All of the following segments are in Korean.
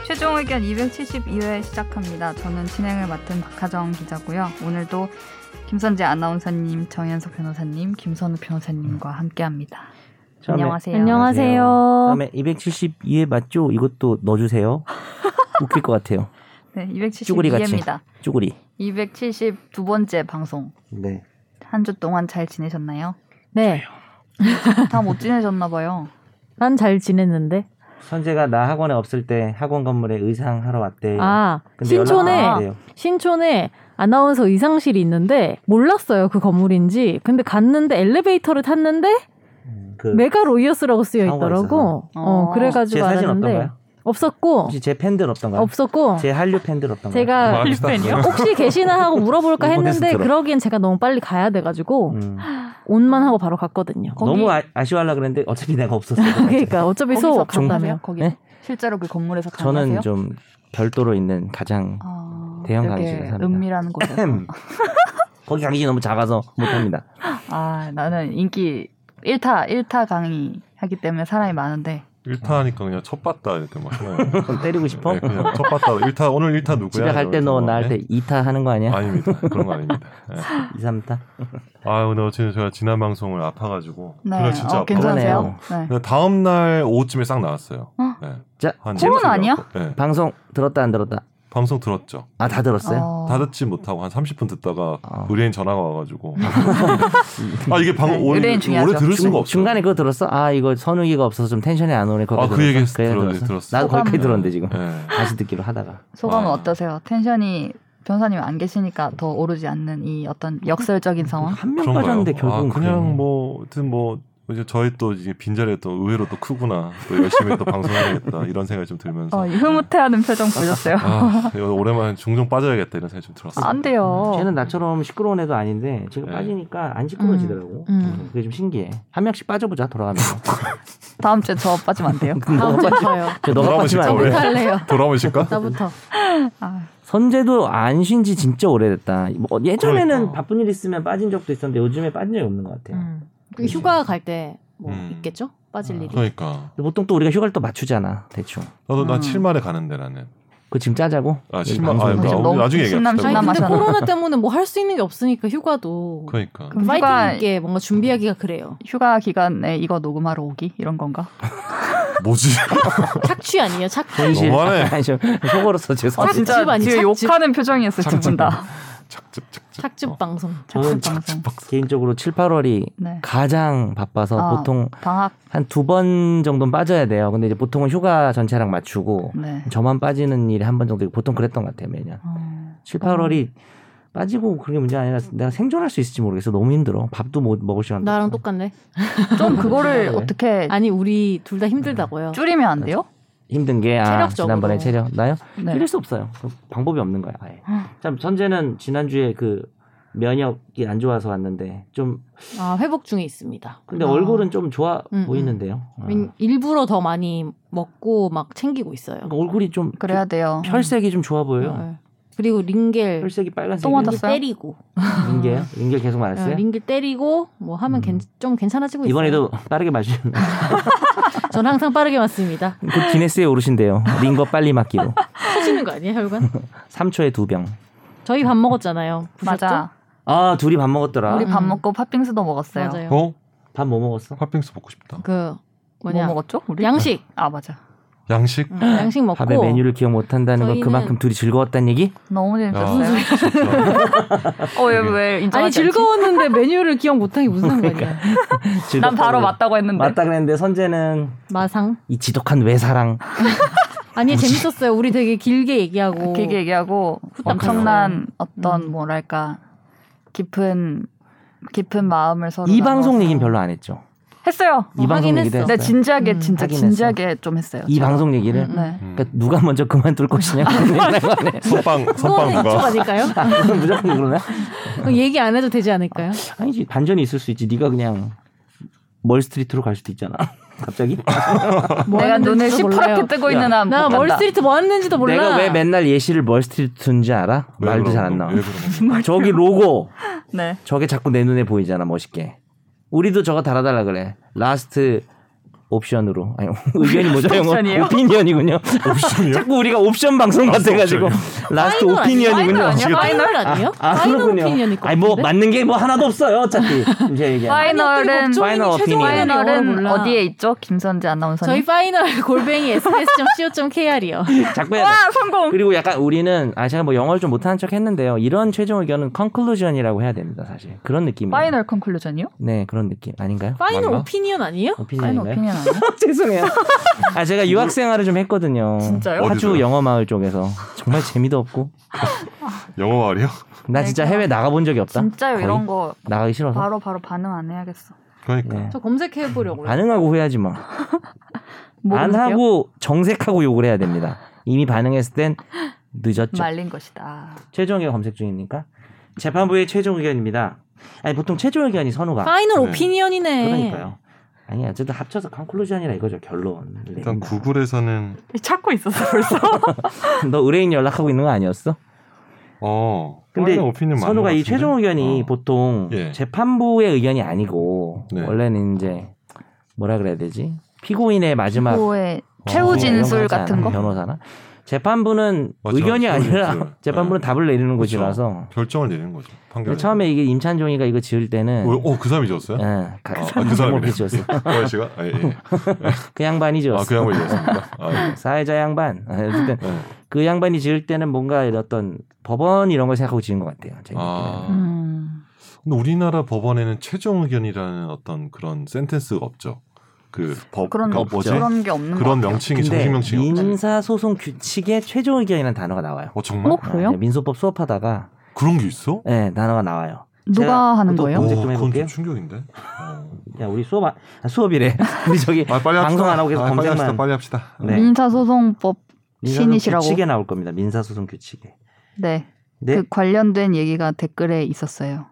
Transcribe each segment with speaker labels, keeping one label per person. Speaker 1: 학견 272회 시작합니다. 저는 진행을 맡은 박하정 기자고요. 오늘도 김선재 아나운서님, 정현석 변호사님, 김선우 변호사님과
Speaker 2: 음.
Speaker 1: 함께합니다.
Speaker 3: 처음에-
Speaker 1: 안녕하세요.
Speaker 4: 안녕하세요.
Speaker 3: 다음에 272회 맞죠? 이것도 넣어주세요. 웃길 것 같아요.
Speaker 1: 네,
Speaker 3: 쭈구리 같이.
Speaker 1: 272회입니다.
Speaker 3: 쪼그리.
Speaker 1: 272번째 방송.
Speaker 3: 네.
Speaker 1: 한 주 동안 잘 지내셨나요?
Speaker 4: 네.
Speaker 1: 다 못 지내셨나 봐요.
Speaker 4: 난 잘 지냈는데.
Speaker 3: 선재가 나 학원에 없을 때 학원 건물에 의상 하러 왔대.
Speaker 4: 아,
Speaker 3: 네. 근데 네. 연락이
Speaker 4: 신촌에
Speaker 3: 안 돼요.
Speaker 4: 신촌에 아나운서 의상실이 있는데 몰랐어요 그 건물인지. 근데 갔는데 엘리베이터를 탔는데
Speaker 3: 음, 그
Speaker 4: 메가 로이어스라고 쓰여
Speaker 3: 상호가
Speaker 4: 있더라고.
Speaker 1: 있어서.
Speaker 4: 어,
Speaker 1: 어.
Speaker 3: 제
Speaker 4: 그래가지고
Speaker 3: 사진
Speaker 4: 알았는데
Speaker 3: 어떤가요?
Speaker 4: 없었고
Speaker 3: 혹시 제 팬들 없던가요?
Speaker 4: 없었고
Speaker 3: 제 한류 팬들 없던가요?
Speaker 2: 뭐
Speaker 4: 제가
Speaker 2: 필리핀이요?
Speaker 4: 혹시 계시나 하고 물어볼까
Speaker 2: 일본
Speaker 4: 했는데
Speaker 2: 게스트로.
Speaker 4: 그러기엔 제가 너무 빨리 가야 돼가지고
Speaker 3: 음,
Speaker 4: 온만 하고 바로 갔거든요.
Speaker 1: 거기-
Speaker 3: 너무 아, 아쉬워하려고 그랬는데 어차피 내가 없었어요.
Speaker 4: 그러니까 어차피
Speaker 1: 거기서
Speaker 4: 소
Speaker 1: 간다며?
Speaker 4: 갔다며.
Speaker 1: 거기
Speaker 3: 네?
Speaker 1: 실제로 그 건물에서 가나세요?
Speaker 2: 저는 좀 별도로 있는 가장
Speaker 1: 아,
Speaker 2: 대형
Speaker 1: 되게
Speaker 2: 강의실에서 합니다.
Speaker 1: 은밀한 곳에서.
Speaker 3: 거기 강의실 너무 작아서 못합니다.
Speaker 1: 아, 나는 인기 1타, 1타 강의 하기 때문에 사람이 많은데.
Speaker 2: 1타 하니까 그냥 첫 봤다 이렇게 막 하나요.
Speaker 3: 때리고 싶어?
Speaker 2: 네, 그냥 첫 봤다. 1타 오늘 1타 누구야? 예?
Speaker 3: 집에 갈 때 너 나 할 때 2타 하는 거 아니야?
Speaker 2: 아닙니다 그런 거 아닙니다. 네.
Speaker 3: 2, 3타?
Speaker 2: 아 근데 어쨌든 제가 지난 방송을 아파가지고
Speaker 1: 네.
Speaker 2: 그날 진짜
Speaker 1: 어,
Speaker 2: 아파.
Speaker 1: 괜찮으세요? 네.
Speaker 2: 근데 다음 날 오후쯤에 싹 나왔어요.
Speaker 1: 어?
Speaker 2: 네.
Speaker 3: 자,
Speaker 2: 한
Speaker 1: 코로나
Speaker 2: 일주일
Speaker 1: 아니야?
Speaker 2: 나왔고. 네.
Speaker 3: 방송 들었다 안 들었다?
Speaker 2: 방송 들었죠.
Speaker 3: 아, 다 들었어요?
Speaker 1: 어,
Speaker 2: 다 듣지 못하고 한 30분 듣다가
Speaker 3: 아.
Speaker 2: 의뢰인 전화가 와가지고 아 이게
Speaker 1: 네,
Speaker 2: 방금 오래
Speaker 1: 의뢰인 중요하죠.
Speaker 2: 오래 들을 수가 없어.
Speaker 3: 중간에 그거 들었어? 아 이거 선우기가 없어서 좀 텐션이 안 오네.
Speaker 2: 아, 그 얘기 들었- 들었어.
Speaker 3: 나도 거기까지
Speaker 1: 소감.
Speaker 3: 들었는데 지금
Speaker 2: 네.
Speaker 3: 다시 듣기로 하다가.
Speaker 1: 소감은
Speaker 2: 아.
Speaker 1: 어떠세요? 텐션이 변호사님 안 계시니까 더 오르지 않는 이 어떤 역설적인 상황?
Speaker 3: 한 명
Speaker 2: 그런가요?
Speaker 3: 빠졌는데
Speaker 2: 아,
Speaker 3: 결국은
Speaker 2: 그냥 뭐 하여튼 뭐 이제 저희 또 이제 빈자리에 또 의외로 또 크구나 또 열심히 또 방송해야겠다 이런 생각이 좀 들면서
Speaker 1: 어, 이 흐뭇해하는 표정 보셨어요?
Speaker 2: 아, 이거 오랜만에 종종 빠져야겠다 이런 생각이 좀 들었어요.
Speaker 1: 안 돼요.
Speaker 3: 쟤는 나처럼 시끄러운 애도 아닌데 제가
Speaker 2: 네.
Speaker 3: 빠지니까 안 시끄러지더라고.
Speaker 4: 음, 음.
Speaker 3: 그게 좀 신기해. 한 명씩 빠져보자 돌아가면서.
Speaker 1: 다음 주에 저 빠지면 안 돼요?
Speaker 4: 다음 주에 저요.
Speaker 3: 쟤 너가
Speaker 2: 돌아가면
Speaker 3: 빠지면 안
Speaker 2: 진짜
Speaker 3: 돼.
Speaker 2: 오래.
Speaker 4: 할래요.
Speaker 2: 돌아오실까?
Speaker 4: 나부터.
Speaker 1: 아,
Speaker 3: 선재도 안 쉰 지 진짜 오래됐다. 뭐 예전에는
Speaker 2: 그러니까.
Speaker 3: 바쁜 일 있으면 빠진 적도 있었는데 요즘에 빠진 적이 없는 것 같아요.
Speaker 4: 음. 그 휴가 갈 때 뭐
Speaker 2: 음.
Speaker 4: 있겠죠? 빠질
Speaker 3: 아.
Speaker 4: 일이.
Speaker 2: 그러니까
Speaker 3: 근데 보통 또 우리가 휴가를 또 맞추잖아 대충.
Speaker 2: 나도 난
Speaker 1: 음.
Speaker 2: 7만에 가는데 나는
Speaker 3: 그거 지금 짜자고.
Speaker 2: 아
Speaker 3: 여기
Speaker 2: 7만 아
Speaker 3: 네, 방송에서.
Speaker 1: 지금
Speaker 2: 그러니까
Speaker 1: 너무
Speaker 2: 오늘 나중에 얘기합시다.
Speaker 1: 신남,
Speaker 4: 아니
Speaker 1: 신남
Speaker 4: 근데
Speaker 1: 하잖아.
Speaker 4: 코로나 때문에 뭐 할 수 있는 게 없으니까 휴가도
Speaker 2: 그러니까
Speaker 1: 그럼
Speaker 4: 파이팅
Speaker 1: 휴가-
Speaker 4: 있게 뭔가 준비하기가 그래요.
Speaker 1: 휴가 기간에 이거 녹음하러 오기? 이런 건가? 그
Speaker 2: 뭐지?
Speaker 4: 착취 아니에요? 착취.
Speaker 3: 현실.
Speaker 2: 너무하네.
Speaker 3: 아니, 저 속어로서
Speaker 1: 아,
Speaker 3: 죄송합니다.
Speaker 4: 착즙
Speaker 1: 진짜
Speaker 4: 아니,
Speaker 1: 지금
Speaker 4: 착즙.
Speaker 1: 욕하는 표정이었어요, 두 분 다.
Speaker 2: 착즙 착즙.
Speaker 4: 착즙
Speaker 2: 어.
Speaker 4: 방송.
Speaker 3: 저는
Speaker 1: 방송.
Speaker 3: 개인적으로 7, 8월이
Speaker 1: 네.
Speaker 3: 가장 바빠서
Speaker 4: 어.
Speaker 1: 아.
Speaker 3: 보통
Speaker 1: 방학,
Speaker 3: 한 두 번 정도는 빠져야 돼요. 근데 이제 보통은 휴가 전체랑 맞추고
Speaker 1: 네.
Speaker 3: 저만 빠지는 일이 한 번 정도 있고 보통 그랬던 것 같아요 매년.
Speaker 1: 어,
Speaker 3: 7, 8월이 빠지고 그게 문제 가 아니라 내가 생존할 수 있을지 모르겠어. 너무 힘들어. 밥도 못 먹을 시간도.
Speaker 4: 나랑
Speaker 3: 없고.
Speaker 4: 똑같네.
Speaker 1: 좀 그거를
Speaker 3: 네.
Speaker 1: 어떻게
Speaker 4: 아니 우리 둘 다 힘들다고요.
Speaker 1: 줄이면 안 돼요?
Speaker 3: 힘든 게 아,
Speaker 4: 체력적으로.
Speaker 3: 지난번에 체력 나요?
Speaker 1: 네.
Speaker 3: 이럴 수 없어요. 그 방법이 없는 거야. 아예. 참 선재는 지난주에 그 면역이 안 좋아서 왔는데 좀
Speaker 4: 아 회복 중에 있습니다.
Speaker 3: 근데
Speaker 1: 아.
Speaker 3: 얼굴은 좀 좋아
Speaker 4: 음, 음.
Speaker 3: 보이는데요. 아.
Speaker 4: 웬- 일부러 더 많이 먹고 막 챙기고 있어요.
Speaker 3: 그러니까 얼굴이 좀
Speaker 1: 그래야 돼요.
Speaker 3: 혈색이 좀 좋아 보여요.
Speaker 4: 네. 그리고 링겔
Speaker 3: 혈색이 빨간색이
Speaker 1: 똥 맞았어요?
Speaker 4: 링겔 때리고
Speaker 3: 링게요? 링게 계속
Speaker 4: 네,
Speaker 3: 맞았어요?
Speaker 4: 링겔 때리고 뭐 하면
Speaker 3: 음.
Speaker 4: 괜- 좀 괜찮아지고 있어요.
Speaker 3: 이번에도 빠르게 맞으셨나요?
Speaker 4: 저는 항상 빠르게 맞습니다.
Speaker 3: 곧 기네스에 오르신대요. 링거 빨리 맞기로.
Speaker 4: 터지는 거 아니에요 혈관?
Speaker 3: 3초에 두 병.
Speaker 4: 저희 밥 먹었잖아요. 보셨죠?
Speaker 1: 맞아.
Speaker 3: 아 둘이 밥 먹었더라.
Speaker 1: 우리 밥
Speaker 4: 음.
Speaker 1: 먹고 팥빙수도 먹었어요.
Speaker 4: 맞아요.
Speaker 2: 어?
Speaker 3: 밥 뭐 먹었어?
Speaker 2: 팥빙수 먹고 싶다.
Speaker 4: 그 뭐냐
Speaker 1: 뭐 먹었죠? 우리?
Speaker 4: 양식
Speaker 1: 아 맞아.
Speaker 2: 양식.
Speaker 4: 음, 양식 먹고
Speaker 3: 밥의 메뉴를 기억 못한다는 건
Speaker 4: 저희는-
Speaker 3: 그만큼 둘이 즐거웠다는 얘기?
Speaker 1: 너무
Speaker 3: 아.
Speaker 2: 야,
Speaker 1: 재밌었어요.
Speaker 2: 진짜.
Speaker 1: 어왜 왜 인정하지
Speaker 4: 아니
Speaker 1: 않지? 그러니까.
Speaker 4: 즐거웠는데 메뉴를 기억 못하는 게 무슨 상관이야
Speaker 1: 난
Speaker 3: 즐겁다고
Speaker 1: 바로
Speaker 3: 그래.
Speaker 1: 맞다고 했는데.
Speaker 3: 맞다 그랬는데 선재는
Speaker 4: 마상
Speaker 3: 이 지독한 외사랑
Speaker 4: 아니 재밌었어요 우리 되게 길게 얘기하고
Speaker 1: 아, 그 길게 얘기하고
Speaker 4: 음.
Speaker 1: 엄청난 어떤 뭐랄까 깊은 깊은 마음을 서로
Speaker 3: 이
Speaker 1: 나눠서.
Speaker 3: 방송 얘기는 별로 안 했죠.
Speaker 1: 했어요.
Speaker 3: 이
Speaker 4: 어,
Speaker 3: 방송
Speaker 4: 하긴
Speaker 3: 얘기도
Speaker 4: 했어.
Speaker 3: 했어요.
Speaker 1: 네 진지하게
Speaker 4: 음,
Speaker 1: 진짜
Speaker 3: 하긴
Speaker 1: 진지하게 좀 했어요.
Speaker 3: 이
Speaker 1: 제가.
Speaker 3: 방송 얘기를
Speaker 1: 네.
Speaker 2: 음.
Speaker 3: 그러니까 누가 먼저 그만둘 것이냐
Speaker 2: 선빵 선빵
Speaker 4: 그거는 이쪽
Speaker 2: 누가?
Speaker 4: 아닐까요?
Speaker 3: 아, 그건 무조건 그러나?
Speaker 4: 그럼 얘기 안 해도 되지 않을까요?
Speaker 3: 아니지 반전이 있을 수 있지. 네가 그냥 멀스트리트로 갈 수도 있잖아. 갑자기?
Speaker 4: 뭐
Speaker 1: 내가
Speaker 4: 하는지도
Speaker 1: 눈을
Speaker 4: 몰라요.
Speaker 1: 시퍼렇게 뜨고
Speaker 3: 야,
Speaker 1: 있는 한못
Speaker 4: 나
Speaker 1: 아, 간다.
Speaker 4: 월스트리트 뭐 하는지도 몰라
Speaker 3: 내가 왜 맨날 예시를 멀스트리트인지 알아?
Speaker 2: 왜
Speaker 3: 말도
Speaker 2: 그런
Speaker 3: 잘 안
Speaker 2: 거?
Speaker 3: 나와.
Speaker 2: 왜 그런 거?
Speaker 3: 저기 로고
Speaker 1: 네.
Speaker 3: 저게 자꾸 내 눈에 보이잖아 멋있게 우리도 저거 달아달라 그래 라스트 옵션으로 아니 의견이 뭐죠? 영어?
Speaker 1: 옵션이에요?
Speaker 3: 오피니언이군요.
Speaker 2: 옵션이요?
Speaker 3: 자꾸 우리가 옵션 방송 같아가지고 라스트
Speaker 4: 파이널 아니에요?
Speaker 3: 오피니언이군요.
Speaker 4: 파이널 아니야? 파이널 아니에요? 파이널
Speaker 3: 그렇군요.
Speaker 4: 오피니언일 것
Speaker 3: 아니 뭐
Speaker 4: 같은데?
Speaker 3: 맞는 게 뭐 하나도 없어요. 어차피 이제 얘기.
Speaker 1: 파이널은
Speaker 3: 걱정이니 파이널 최종 오피니언.
Speaker 1: 파이널은 어디에 있죠? 김선재 아나운서님.
Speaker 4: 저희 파이널 골뱅이 sbs.co.kr이요.
Speaker 3: 자꾸 해야 돼.
Speaker 1: 와 성공.
Speaker 3: 그리고 약간 우리는 아 제가 뭐 영어를 좀 못하는 척 했는데요. 이런 최종 의견은 컨클루전이라고 해야 됩니다. 사실 그런 느낌이에요.
Speaker 1: 파이널 컨클루전이요?
Speaker 3: 음. 네 그런 느낌 아닌가요?
Speaker 4: 파이널
Speaker 3: 맞나?
Speaker 4: 오피니언 아니에요?
Speaker 1: 파이널
Speaker 3: 오피니언인가요?
Speaker 1: 오피니언 아니에요?
Speaker 3: 죄송해요. 아 제가 유학 생활을 좀 했거든요.
Speaker 1: 진짜요?
Speaker 3: 파주
Speaker 2: 어디서요?
Speaker 3: 영어 마을 쪽에서 정말 재미도 없고
Speaker 2: 영어 말이요?
Speaker 3: 나 진짜 해외 나가본 적이 없다.
Speaker 1: 진짜요
Speaker 3: 거의
Speaker 1: 이런 거
Speaker 3: 나가기 싫어서.
Speaker 1: 바로 바로 반응 안 해야겠어.
Speaker 2: 그러니까
Speaker 3: 네.
Speaker 4: 저 검색해 보려고요.
Speaker 3: 반응하고 후회하지 마.
Speaker 1: 뭐
Speaker 3: 안
Speaker 1: 그러세요?
Speaker 3: 하고 정색하고 욕을 해야 됩니다. 이미 반응했을 땐 늦었죠.
Speaker 1: 말린 것이다.
Speaker 3: 최종의 검색 중이니까 재판부의 최종 의견입니다. 아니 보통 최종 의견이 선우가
Speaker 4: 파이널
Speaker 2: 네.
Speaker 4: 오피니언이네.
Speaker 3: 그러니까요. 아니 어쨌든 합쳐서 컨클루전이라 이거죠 뭐, 결론.
Speaker 2: 일단 구글에서는
Speaker 1: 찾고 있었어 벌써.
Speaker 3: 너 의뢰인 연락하고 있는 거 아니었어?
Speaker 2: 어
Speaker 3: 근데
Speaker 2: 파이널 오피니언 맞는
Speaker 3: 선우가
Speaker 2: 것
Speaker 3: 이
Speaker 2: 같은데?
Speaker 3: 최종 의견이
Speaker 2: 어.
Speaker 3: 보통
Speaker 2: 예.
Speaker 3: 재판부의 의견이 아니고
Speaker 2: 네.
Speaker 3: 원래는 이제 뭐라 그래야 되지? 피고인의 마지막
Speaker 1: 뭐의
Speaker 3: 어,
Speaker 1: 최후 진술
Speaker 3: 이런 거 하지
Speaker 1: 같은
Speaker 3: 않아요?
Speaker 1: 거?
Speaker 3: 변호사나 재판부는
Speaker 2: 맞아,
Speaker 3: 의견이
Speaker 2: 최후
Speaker 3: 아니라
Speaker 2: 진술.
Speaker 3: 재판부는
Speaker 2: 네.
Speaker 3: 답을 내리는
Speaker 2: 그렇죠.
Speaker 3: 곳이라서
Speaker 2: 결정을 내리는 거죠
Speaker 3: 근데
Speaker 2: 판결.
Speaker 3: 처음에 이게 임찬종이가 이거 지을 때는
Speaker 2: 어그 사람이 지었어요?
Speaker 3: 예, 가-
Speaker 2: 아,
Speaker 3: 그
Speaker 2: 그 사람이
Speaker 3: 사람이 지었어.
Speaker 2: 어 씨가 아, 예, 예.
Speaker 3: 그 양반이 지었어.
Speaker 2: 아그 양반이 지었습니다. 아, 예.
Speaker 3: 사회자 양반. 아, 어쨌든
Speaker 2: 네.
Speaker 3: 그 양반이 지을 때는 뭔가 어떤 법원 이런 걸 생각하고 지은 것 같아요. 제
Speaker 2: 아.
Speaker 3: 느낌에는.
Speaker 1: 음.
Speaker 2: 근데 우리나라 법원에는 최종 의견이라는 어떤 그런 센텐스가 없죠. 그 법,
Speaker 1: 그런
Speaker 2: 그 뭐지? 그런,
Speaker 1: 그런 게 없는 거.
Speaker 2: 명칭이
Speaker 3: 근데
Speaker 2: 정식 명칭이 없죠.
Speaker 3: 민사소송 규칙에 최종 의견이라는 단어가 나와요.
Speaker 2: 어 정말
Speaker 1: 어 그래요?
Speaker 3: 아, 민소법 수업하다가
Speaker 2: 그런 게 있어?
Speaker 3: 예 단어가 나와요. 제가 뭐,
Speaker 1: 누가 하는
Speaker 3: 보통
Speaker 1: 거예요?
Speaker 3: 검색 네, 좀
Speaker 2: 오, 그건
Speaker 3: 해볼게요.
Speaker 2: 좀 충격인데. 어.
Speaker 3: 야 우리 수업 아, 아, 수업이래. 우리 저기
Speaker 2: 아, 빨리
Speaker 3: 방송 안 하고 계속
Speaker 2: 아, 빨리
Speaker 3: 검색만.
Speaker 2: 합시다. 빨리 합시다.
Speaker 3: 네.
Speaker 1: 민사소송법
Speaker 3: 민사소송
Speaker 1: 신이시라고.
Speaker 3: 규칙에 나올 겁니다. 민사소송 규칙에.
Speaker 1: 네.
Speaker 3: 네.
Speaker 1: 그 관련된 얘기가 댓글에 있었어요.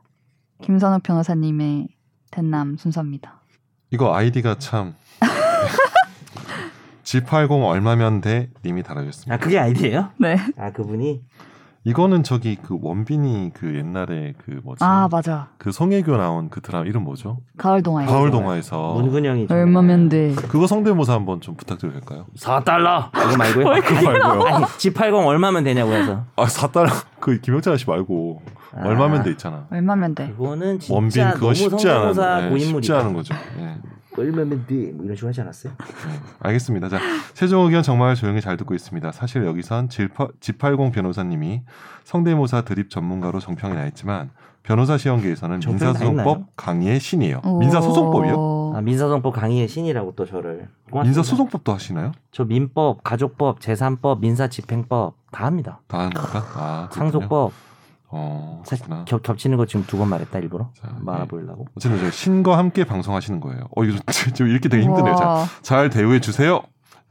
Speaker 1: 김선욱 변호사님의 대남 순서입니다.
Speaker 2: 이거 아이디가 참. G80 얼마면 돼? 님이 달아주셨습니다.
Speaker 3: 아 그게 아이디예요?
Speaker 1: 네.
Speaker 3: 아 그분이
Speaker 2: 이거는 저기 그 원빈이 그 옛날에 그 뭐지?
Speaker 1: 아
Speaker 3: 음.
Speaker 1: 맞아.
Speaker 2: 그 송혜교 나온 그 드라마 이름 뭐죠?
Speaker 1: 가을
Speaker 3: 아, 예.
Speaker 1: 동화요.
Speaker 2: 가을 동화에서
Speaker 3: 문근영이 좀-
Speaker 1: 얼마면 돼?
Speaker 2: 그거 성대모사 한번 좀 부탁드려도 될까요?
Speaker 3: 4달러 이거 말고요.
Speaker 2: 그거 말고요.
Speaker 3: 아니 G80 얼마면 되냐고 해서.
Speaker 2: 아, 4달러. 그 김영찬 씨 말고
Speaker 3: 아.
Speaker 2: 얼마면 돼 있잖아.
Speaker 1: 얼마면 돼?
Speaker 3: 네. 그거는 진짜
Speaker 2: 원빈 그거
Speaker 3: 너무
Speaker 2: 쉽지 않은
Speaker 3: 성대모사
Speaker 2: 네, 쉽지 않은
Speaker 3: 고인물이다.
Speaker 2: 거죠. 예.
Speaker 3: 얼마면 돼? 뭐 이런 식으로 하지 않았어요?
Speaker 2: 알겠습니다. 자, 최종 의견 정말 조용히 잘 듣고 있습니다. 사실 여기선 G80 변호사님이 성대모사 드립 전문가로 정평이 나 있지만 변호사 시험계에서는
Speaker 3: 정평이 나 있나요?
Speaker 2: 민사소송법 강의의 신이에요. 민사소송법이요?
Speaker 3: 아,
Speaker 1: 오.
Speaker 3: 민사소송법 강의의 신이라고 또 저를. 고맙습니다.
Speaker 2: 민사소송법도 하시나요?
Speaker 3: 저 민법, 가족법, 재산법, 민사집행법 다 합니다.
Speaker 2: 다 하는 건가? 아, 그렇군요.
Speaker 3: 상속법
Speaker 2: 어,
Speaker 3: 사실
Speaker 2: 그렇구나.
Speaker 3: 겹, 겹치는 거 지금 두 번 말했다 일부러
Speaker 2: 자,
Speaker 3: 말아
Speaker 2: 예.
Speaker 3: 보려고.
Speaker 2: 어쨌든 저 신과 함께 방송하시는 거예요. 어, 이거 좀- 좀 이렇게 되게 힘드네요. 자,
Speaker 1: 우와.
Speaker 2: 잘 대우해 주세요.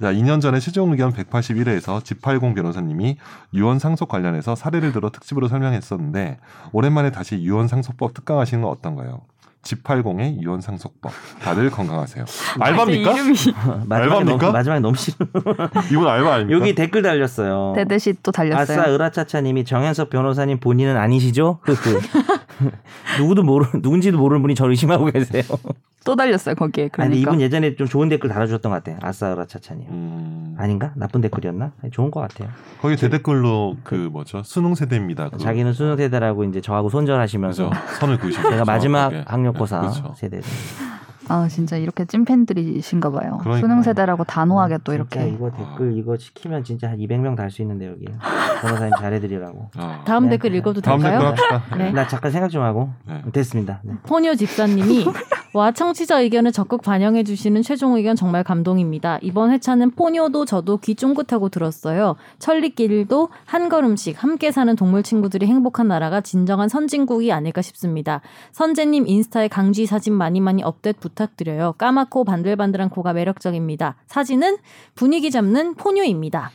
Speaker 2: 자, 2년 전에 최종 의견 181회에서 G80 변호사님이 유언 상속 관련해서 사례를 들어 특집으로 설명했었는데 오랜만에 다시 유언 상속법 특강하시는 건 어떤가요? G80의 유언 상속법. 다들 건강하세요. 알바입니까?
Speaker 3: 마지막에 너무,
Speaker 2: 알바입니까? 그러니까?
Speaker 3: 마지막에 너무 싫어.
Speaker 2: 이분 알바 아닙니까?
Speaker 3: 여기 댓글 달렸어요.
Speaker 1: 대대시 또 달렸어요.
Speaker 3: 아싸 으라차차님이 정현석 변호사님 본인은 아니시죠? 흐흐. 누구도 모르 누군지도 모르는 분이 저를 의심하고 계세요.
Speaker 1: 또 달렸어요 거기에.
Speaker 3: 아니, 근데
Speaker 1: 그러니까.
Speaker 3: 이분 예전에 좀 좋은 댓글 달아주셨던 것 같아요. 아싸 으라차차님.
Speaker 2: 음,
Speaker 3: 아닌가? 나쁜 댓글이었나? 아니, 좋은 것 같아요.
Speaker 2: 거기 대댓글로 그 뭐죠? 수능 세대입니다. 그
Speaker 3: 자기는 수능세대라고 이제 저하고 손절하시면서
Speaker 2: 그죠? 선을 그으셨죠.
Speaker 3: 제가 마지막
Speaker 2: 그렇죠. 정확하게.
Speaker 3: 학력고사
Speaker 2: 네, 그렇죠.
Speaker 3: 세대.
Speaker 1: 아 진짜 이렇게 찐팬들이신가 봐요.
Speaker 2: 그러니까요.
Speaker 1: 수능 세대라고 단호하게 또
Speaker 3: 진짜
Speaker 1: 이렇게.
Speaker 3: 이거 댓글 이거 시키면 진짜 한 200명 달 수 있는데 여기 변호사님 잘해드리라고.
Speaker 2: 아,
Speaker 4: 다음
Speaker 3: 네.
Speaker 4: 댓글 읽어도
Speaker 2: 다음 댓글
Speaker 4: 될까요?
Speaker 2: 합시다.
Speaker 4: 네.
Speaker 3: 나 잠깐 생각 좀 하고
Speaker 2: 네.
Speaker 3: 됐습니다. 네.
Speaker 4: 포뇨 집사님이 와 청취자 의견을 적극 반영해 주시는 최종 의견 정말 감동입니다. 이번 회차는 포뇨도 저도 귀 쫑긋하고 들었어요. 천리길도 한 걸음씩 함께 사는 동물 친구들이 행복한 나라가 진정한 선진국이 아닐까 싶습니다. 선재님 인스타에 강쥐 사진 많이 많이 업데이트 부탁드려요. 까맣고 반들반들한 코가 매력적입니다. 사진은 분위기 잡는 포뇨입니다.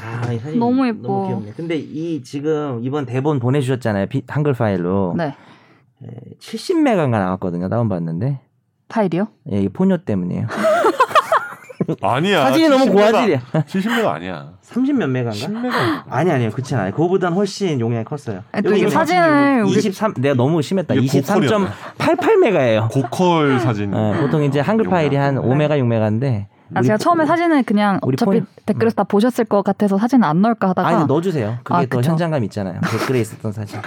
Speaker 3: 아, 이 사진
Speaker 1: 너무 예뻐.
Speaker 3: 귀엽네. 근데 이 지금 이번 대본 보내주셨잖아요. 피- 한글 파일로
Speaker 1: 네
Speaker 3: 70메가가 나왔거든요. 다운 받는데
Speaker 1: 파일이요?
Speaker 3: 예, 이 포뇨 때문이에요.
Speaker 2: 아니야.
Speaker 3: 사진이 너무
Speaker 2: 70m
Speaker 3: 고화질이야.
Speaker 2: 70m 아니야.
Speaker 3: 30몇 메가인가?
Speaker 2: 10m가.
Speaker 3: 아니 아니요 그렇지 않아요. 그거보단 훨씬 용량이 컸어요.
Speaker 1: 아니, 또 이게
Speaker 3: 있는
Speaker 1: 사진을 우리
Speaker 3: 23 내가 너무 심했다.
Speaker 2: 이게
Speaker 3: 23.88 메가예요.
Speaker 1: 음.
Speaker 3: 예,
Speaker 2: 고퀄 사진.
Speaker 3: 네, 보통 이제 한글 파일이 한 5메가 6메가인데
Speaker 1: 네. 아, 제가 처음에 사진을 그냥
Speaker 3: 우리
Speaker 1: 어차피
Speaker 3: 폰-
Speaker 1: 댓글에서 다 보셨을 것 같아서 사진 안 넣을까 하다가
Speaker 3: 아니 넣어주세요. 그게
Speaker 1: 아,
Speaker 3: 더
Speaker 1: 그쵸.
Speaker 3: 현장감 있잖아요. 댓글에 있었던 사진.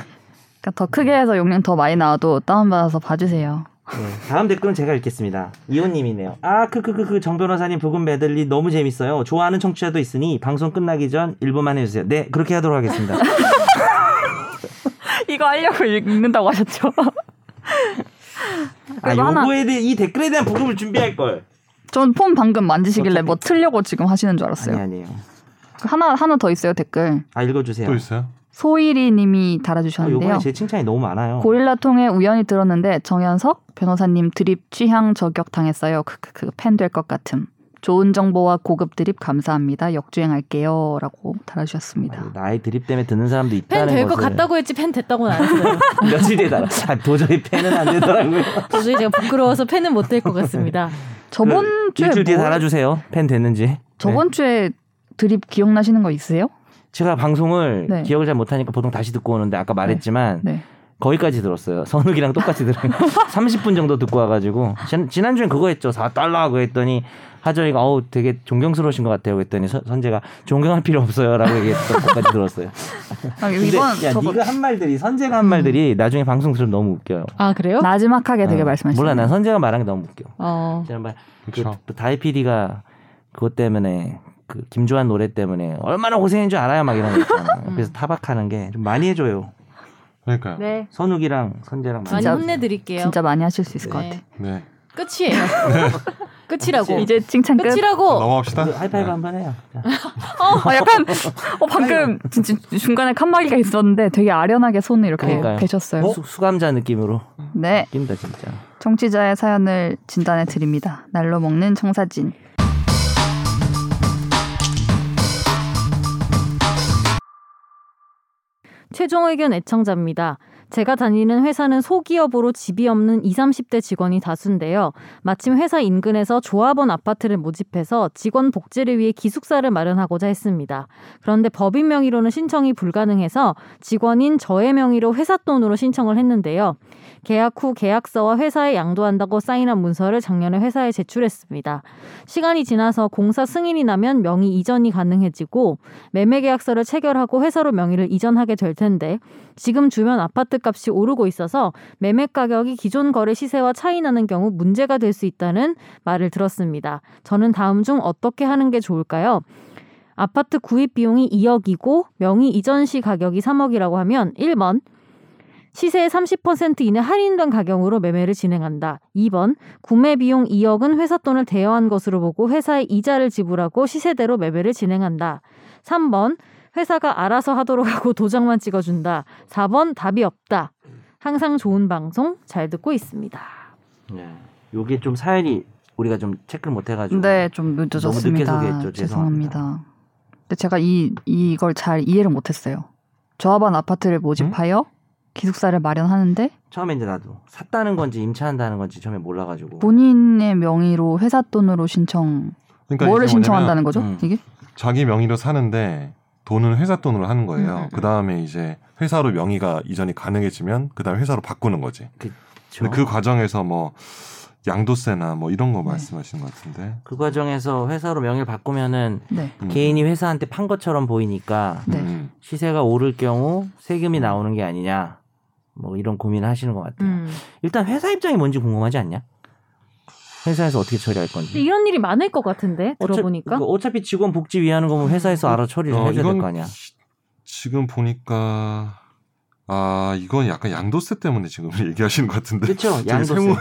Speaker 1: 그러니까 더 크게 해서 용량 더 많이 나와도 다운받아서 봐주세요.
Speaker 3: 네, 다음 댓글은 제가 읽겠습니다. 이호님이네요. 아, 크크크크 정 변호사님 부금 메들리 너무 재밌어요. 좋아하는 청취자도 있으니 방송 끝나기 전 1분만 해주세요. 네, 그렇게 하도록 하겠습니다.
Speaker 1: 이거 하려고 읽는다고 하셨죠?
Speaker 3: 아,
Speaker 1: 이거 하나-
Speaker 3: 요거에 대해 이 댓글에 대한 부금을 준비할 걸.
Speaker 1: 전 폰 방금 만지시길래 뭐
Speaker 3: 어차피-
Speaker 1: 틀려고 지금 하시는 줄 알았어요.
Speaker 3: 아니 아니에요.
Speaker 1: 하나 하나 더 있어요 댓글.
Speaker 3: 아 읽어주세요.
Speaker 2: 또 있어요?
Speaker 1: 소이리님이
Speaker 3: 아,
Speaker 1: 달아주셨는데요.
Speaker 3: 요거에 제 칭찬이 너무 많아요.
Speaker 1: 고릴라 통해 우연히 들었는데 정현석 변호사님 드립 취향 저격 당했어요. 크크크 팬 될 것 같음. 좋은 정보와 고급 드립 감사합니다. 역주행할게요라고 달아주셨습니다.
Speaker 3: 아니, 나의 드립 때문에 듣는 사람도
Speaker 4: 팬
Speaker 3: 있다는
Speaker 4: 될 것
Speaker 3: 것을
Speaker 4: 같다고 했지 팬 됐다고는 안 했어요.
Speaker 3: 며칠 뒤에 달아. 아, 도저히 팬은 안 되더라고요.
Speaker 4: 도저히 제가 부끄러워서 팬은 못 될 것 같습니다.
Speaker 1: 저번 주에
Speaker 3: 그 일주일 뒤에
Speaker 1: 뭐-
Speaker 3: 달아주세요. 팬 됐는지. 네.
Speaker 1: 저번 주에 드립 기억나시는 거 있으세요?
Speaker 3: 제가 방송을
Speaker 1: 네.
Speaker 3: 기억을 잘 못하니까 보통 다시 듣고 오는데 아까 말했지만
Speaker 1: 네.
Speaker 3: 거기까지 들었어요. 선욱이랑 똑같이 들어요. 30분 정도 듣고 와가지고 지난 주엔 그거 했죠. 4달러 그거 했더니 하정이가 어우 되게 존경스러우신 것 같아요. 그랬더니 선- 선재가 존경할 필요 없어요라고 얘기했던 것까지 들었어요.
Speaker 1: 아,
Speaker 3: 근데
Speaker 1: 이번
Speaker 3: 야
Speaker 1: 저거 음.
Speaker 3: 네가 한 말들이 선재가 한 말들이 나중에 방송 들으면 너무 웃겨요.
Speaker 4: 아 그래요?
Speaker 1: 마지막하게 네, 되게
Speaker 3: 어,
Speaker 1: 말씀하시죠.
Speaker 3: 몰라 난 선재가 말한 게 너무 웃겨.
Speaker 4: 어.
Speaker 3: 지난번 그
Speaker 2: 그렇죠.
Speaker 3: 다이 PD가 그것 때문에 그 김조한 노래 때문에 얼마나 고생인 줄 알아요 막 이런 거 있잖아요.
Speaker 1: 음.
Speaker 3: 그래서 타박하는 게 좀 많이 해줘요.
Speaker 2: 그러니까요. 네.
Speaker 4: 네.
Speaker 3: 선욱이랑 선재랑 많이 그
Speaker 4: 많이
Speaker 1: 진짜-
Speaker 4: 혼내드릴게요.
Speaker 1: 진짜 많이 하실 수 있을 것
Speaker 4: 네.
Speaker 1: 같아.
Speaker 4: 끝이에요. 끝이라고.
Speaker 1: 이제 칭찬 끝.
Speaker 4: 끝이라고.
Speaker 2: 넘어갑시다.
Speaker 3: 그
Speaker 2: 네.
Speaker 3: 하이파이브 한번 해요. 자.
Speaker 1: 어, 약간 어, 방금 진짜 중간에 칸막이가 있었는데 되게 아련하게 손을 이렇게
Speaker 3: 그러니까요.
Speaker 1: 대셨어요.
Speaker 3: 수, 수감자 느낌으로
Speaker 1: 네,
Speaker 3: 느낀다 진짜.
Speaker 1: 청취자의 사연을 진단해 드립니다. 날로 먹는 청사진.
Speaker 4: 최종 의견 애청자입니다. 제가 다니는 회사는 소기업으로 집이 없는 20, 30대 직원이 다수인데요. 마침 회사 인근에서 조합원 아파트를 모집해서 직원 복지를 위해 기숙사를 마련하고자 했습니다. 그런데 법인 명의로는 신청이 불가능해서 직원인 저의 명의로 회사 돈으로 신청을 했는데요. 계약 후 계약서와 회사에 양도한다고 사인한 문서를 작년에 회사에 제출했습니다. 시간이 지나서 공사 승인이 나면 명의 이전이 가능해지고 매매 계약서를 체결하고 회사로 명의를 이전하게 될 텐데 지금 주변 아파트 값이 오르고 있어서 매매 가격이 기존 거래 시세와 차이 나는 경우 문제가 될 수 있다는 말을 들었습니다. 저는 다음 중 어떻게 하는 게 좋을까요? 아파트 구입 비용이 2억이고 명의 이전 시 가격이 3억이라고 하면 1번 시세의 30% 이내 할인된 가격으로 매매를 진행한다. 2번 구매 비용 2억은 회사 돈을 대여한 것으로 보고 회사에 이자를 지불하고 시세대로 매매를 진행한다. 3번 회사가 알아서 하도록 하고 도장만 찍어준다. 4번 답이 없다. 항상 좋은 방송 잘 듣고 있습니다.
Speaker 3: 네. 요게 좀 사연이 우리가 좀 체크를 못 해가지고.
Speaker 1: 네, 좀
Speaker 3: 너무
Speaker 1: 늦어졌습니다.
Speaker 3: 늦게 소개했죠. 죄송합니다.
Speaker 1: 죄송합니다. 근데 제가 이 이걸 잘 이해를 못했어요. 조합원 아파트를 모집하여
Speaker 3: 음?
Speaker 1: 기숙사를 마련하는데
Speaker 3: 처음에 이제 나도 샀다는 건지 임차한다는 건지 처음에 몰라가지고.
Speaker 1: 본인의 명의로 회사 돈으로 신청
Speaker 2: 그러니까
Speaker 1: 뭐를
Speaker 2: 이게 뭐냐면
Speaker 1: 신청한다는 거죠?
Speaker 3: 음.
Speaker 1: 이게
Speaker 2: 자기 명의로 사는데 돈은 회사 돈으로 하는 거예요.
Speaker 1: 음, 음,
Speaker 2: 그 다음에 이제 회사로 명의가 이전이 가능해지면 그 다음 회사로 바꾸는 거지. 근데
Speaker 3: 그렇죠.
Speaker 2: 그 과정에서 뭐 양도세나 뭐 이런 거
Speaker 1: 네.
Speaker 2: 말씀하시는 것 같은데.
Speaker 3: 그 과정에서 회사로 명의를 바꾸면은
Speaker 1: 네.
Speaker 2: 음.
Speaker 3: 개인이 회사한테 판 것처럼 보이니까
Speaker 1: 네.
Speaker 2: 음.
Speaker 3: 시세가 오를 경우 세금이 나오는 게 아니냐. 뭐 이런 고민을 하시는 것
Speaker 1: 음.
Speaker 3: 같아요.
Speaker 4: 음.
Speaker 3: 일단 회사 입장이 뭔지 궁금하지 않냐? 회사에서 어떻게 처리할
Speaker 4: 근데
Speaker 3: 건지.
Speaker 4: 이런 일이 많을 것 같은데
Speaker 3: 어차-
Speaker 4: 들어보니까
Speaker 3: 그 어차피 직원 복지 위하는 거면 회사에서 알아 처리를
Speaker 2: 어,
Speaker 3: 해줘야 될 거
Speaker 2: 이건
Speaker 3: 아니야.
Speaker 2: 지- 지금 보니까 아 이건 약간 양도세 때문에 지금 얘기하시는 것 같은데.
Speaker 3: 그렇죠.
Speaker 2: 지금
Speaker 3: 양도세,
Speaker 2: 세무 아,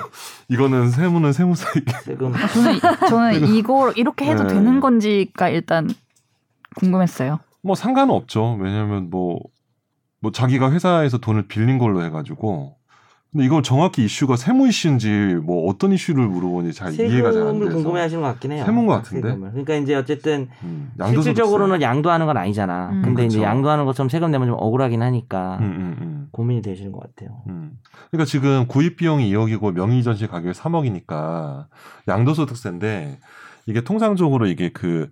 Speaker 2: 이거는 세무는 세무사에게
Speaker 3: 세금.
Speaker 1: 저는 이- 저는 이거 이렇게 해도
Speaker 2: 네.
Speaker 1: 되는 건지가 일단 궁금했어요.
Speaker 2: 뭐 상관은 없죠. 왜냐하면 뭐, 뭐 자기가 회사에서 돈을 빌린 걸로 해가지고. 근데 이건 정확히 이슈가 세무 이슈인지 뭐 어떤 이슈를 물어보니 잘 이해가 잘 안
Speaker 3: 세금을
Speaker 2: 돼서.
Speaker 3: 궁금해하시는 것 같긴 해요.
Speaker 2: 세무인 것 같은데?
Speaker 3: 세금을. 그러니까 이제 어쨌든
Speaker 2: 음, 양도소득세.
Speaker 3: 실질적으로는 양도하는 건 아니잖아.
Speaker 1: 음.
Speaker 3: 근데 이제
Speaker 2: 그렇죠.
Speaker 3: 양도하는 것처럼 세금 내면 좀 억울하긴 하니까
Speaker 2: 음, 음, 음.
Speaker 3: 고민이 되시는 것 같아요.
Speaker 2: 음. 그러니까 지금 구입 비용이 2억이고 명의 이전시 가격이 3억이니까 양도소득세인데 이게 통상적으로 이게 그,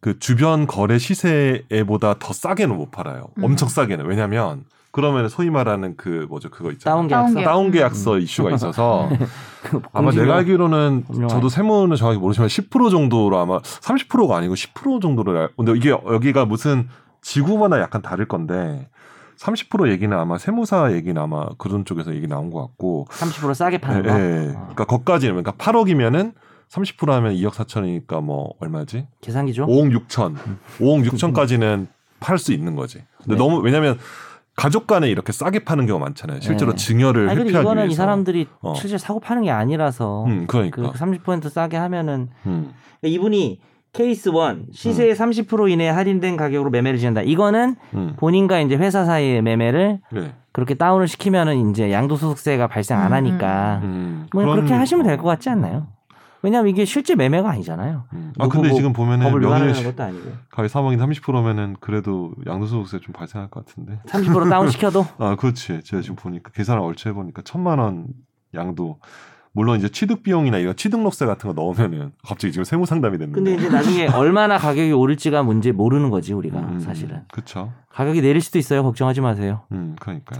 Speaker 2: 그 주변 거래 시세에보다 더 싸게는 못 팔아요.
Speaker 4: 음.
Speaker 2: 엄청 싸게는. 왜냐면, 그러면 소위 말하는 그, 뭐죠, 그거
Speaker 3: 다운
Speaker 1: 다운
Speaker 2: 있잖아요.
Speaker 3: 계약서. 그
Speaker 1: 계약.
Speaker 2: 다운 계약서 이슈가 있어서 아마
Speaker 3: 공시가-
Speaker 2: 내가 알기로는
Speaker 3: 음. 네. 분명하죠.
Speaker 2: 저도 세무는 정확히 모르지만 10% 정도로 아마 30%가 아니고 10% 정도로 알- 근데 이게 여기가 무슨 지구마다 약간 다를 건데 30% 얘기는 아마 세무사 얘기는 아마 그런 쪽에서 얘기 나온 것 같고
Speaker 3: 30% 싸게
Speaker 2: 예,
Speaker 3: 파는 거.
Speaker 2: 예. 그러니까 거까지는 그러니까 8억이면은 30% 하면 2억 4천이니까 뭐 얼마지?
Speaker 3: 계산기죠.
Speaker 2: 5억 6천, 5억 6천까지는 팔 수 있는 거지. 근데
Speaker 3: 음. 그 네.
Speaker 2: 너무 왜냐면 가족 간에 이렇게 싸게 파는 경우가 많잖아요. 실제로
Speaker 3: 네.
Speaker 2: 증여를
Speaker 3: 아니 근데
Speaker 2: 그 회피하기
Speaker 3: 이거는
Speaker 2: 위해서.
Speaker 3: 이 사람들이
Speaker 2: 어.
Speaker 3: 실제 사고 파는 게 아니라서
Speaker 2: 음, 그러니까.
Speaker 3: 그 30% 싸게 하면은
Speaker 2: 음.
Speaker 3: 그러니까 이분이 케이스 원 시세의 30% 이내 에 할인된 가격으로 매매를 진행한다. 이거는
Speaker 2: 음.
Speaker 3: 본인과 이제 회사 사이의 매매를
Speaker 2: 네.
Speaker 3: 그렇게 다운을 시키면은 이제 양도소득세가 발생 안
Speaker 4: 음,
Speaker 3: 하니까
Speaker 2: 음.
Speaker 3: 뭐 그렇게
Speaker 2: 그런-
Speaker 3: 하시면 될 것 같지 않나요? 왜냐하면 이게 실제 매매가 아니잖아요.
Speaker 2: 음. 아
Speaker 3: 누구
Speaker 2: 근데
Speaker 3: 뭐
Speaker 2: 지금 보면은
Speaker 3: 법을
Speaker 2: 명의
Speaker 3: 위반하는 것도 아니고
Speaker 2: 가입 사망이 30%면은 그래도 양도소득세 좀 발생할 것 같은데.
Speaker 3: 30% 다운 시켜도
Speaker 2: 아 그렇지. 제가 지금 보니까 계산을 얼추 해보니까 천만 원 양도. 물론 이제 취득 비용이나 이거 취득록세 같은 거 넣으면은 갑자기 지금 세무 상담이 됐는데.
Speaker 3: 근데 이제 나중에 얼마나 가격이 오를지가 문제 모르는 거지 우리가
Speaker 2: 음,
Speaker 3: 사실은
Speaker 2: 그렇죠.
Speaker 3: 가격이 내릴 수도 있어요. 걱정하지 마세요.
Speaker 2: 음 그러니까.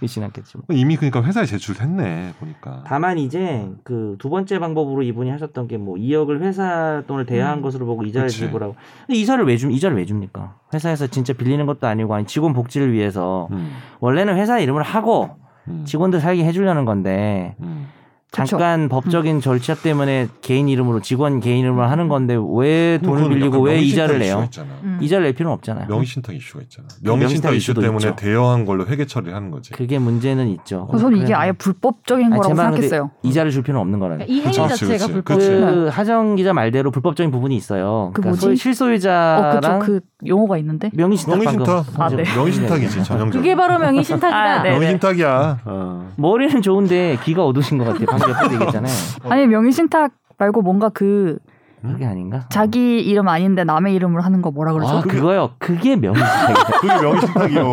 Speaker 3: 믿진 않겠지만.
Speaker 2: 이미 그러니까 회사에 제출했네 보니까.
Speaker 3: 다만 이제 그 두 번째 방법으로 이분이 하셨던 게 뭐 2억을 회사 돈을 대여한
Speaker 4: 음.
Speaker 3: 것으로 보고 이자를
Speaker 2: 그치.
Speaker 3: 지불하고 근데 이자를 왜 줍, 이자를 왜 줍니까? 회사에서 진짜 빌리는 것도 아니고 아니 직원 복지를 위해서
Speaker 2: 음,
Speaker 3: 원래는 회사 이름을 하고
Speaker 2: 음,
Speaker 3: 직원들 살게 해주려는 건데
Speaker 2: 음.
Speaker 1: 그쵸.
Speaker 3: 잠깐 법적인 절차 때문에 개인 이름으로 직원 개인 이름으로 하는 건데 왜 돈을
Speaker 2: 그건
Speaker 3: 빌리고
Speaker 2: 약간
Speaker 3: 왜
Speaker 2: 명의신탁
Speaker 3: 이자를
Speaker 2: 이슈가
Speaker 3: 내요?
Speaker 2: 있잖아.
Speaker 4: 음.
Speaker 3: 이자를 낼 필요는 없잖아요.
Speaker 2: 명의신탁 이슈가 있잖아.
Speaker 3: 명의신탁
Speaker 2: 명의신탁 이슈
Speaker 3: 이슈도
Speaker 2: 때문에
Speaker 3: 있죠.
Speaker 2: 대여한 걸로 회계 처리하는 거지.
Speaker 3: 그게 문제는 있죠.
Speaker 1: 그래서 저는 이게
Speaker 3: 어, 그래서-
Speaker 1: 아예 불법적인
Speaker 3: 아니,
Speaker 1: 거라고
Speaker 3: 제 말은 근데
Speaker 1: 생각했어요.
Speaker 3: 이자를 줄 필요는 없는 거라요.
Speaker 4: 그러니까 이 행위
Speaker 2: 그쵸,
Speaker 4: 자체가
Speaker 2: 그쵸,
Speaker 3: 그
Speaker 2: 그치.
Speaker 4: 불법.
Speaker 3: 하정 기자 말대로 불법적인 부분이 있어요.
Speaker 1: 네. 그
Speaker 3: 그러니까
Speaker 1: 뭐지?
Speaker 3: 소위
Speaker 1: 어,
Speaker 3: 실소유자랑
Speaker 1: 그쵸. 그 용어가 있는데.
Speaker 3: 명의신탁
Speaker 2: 명의신탁.
Speaker 3: 방금.
Speaker 1: 아, 네.
Speaker 2: 명의신탁이지 전형적.
Speaker 4: 그게 뭐- 바로 명의 신탁이다.
Speaker 1: 아, 네.
Speaker 2: 명의신탁이야. 어.
Speaker 3: 머리는 좋은데 귀가 어두신 것 같아요. 방금 옆에 얘기했잖아요. 어,
Speaker 1: 어. 아니 명의신탁 말고 뭔가 그
Speaker 3: 그게 아닌가?
Speaker 1: 자기 이름 아닌데 남의 이름으로 하는 거 뭐라 그러죠?
Speaker 3: 아, 그거요. 그게 명의신탁이다.
Speaker 2: 그게 명의신탁이요.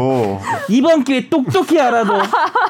Speaker 3: 이번 기회에 똑똑히 알아도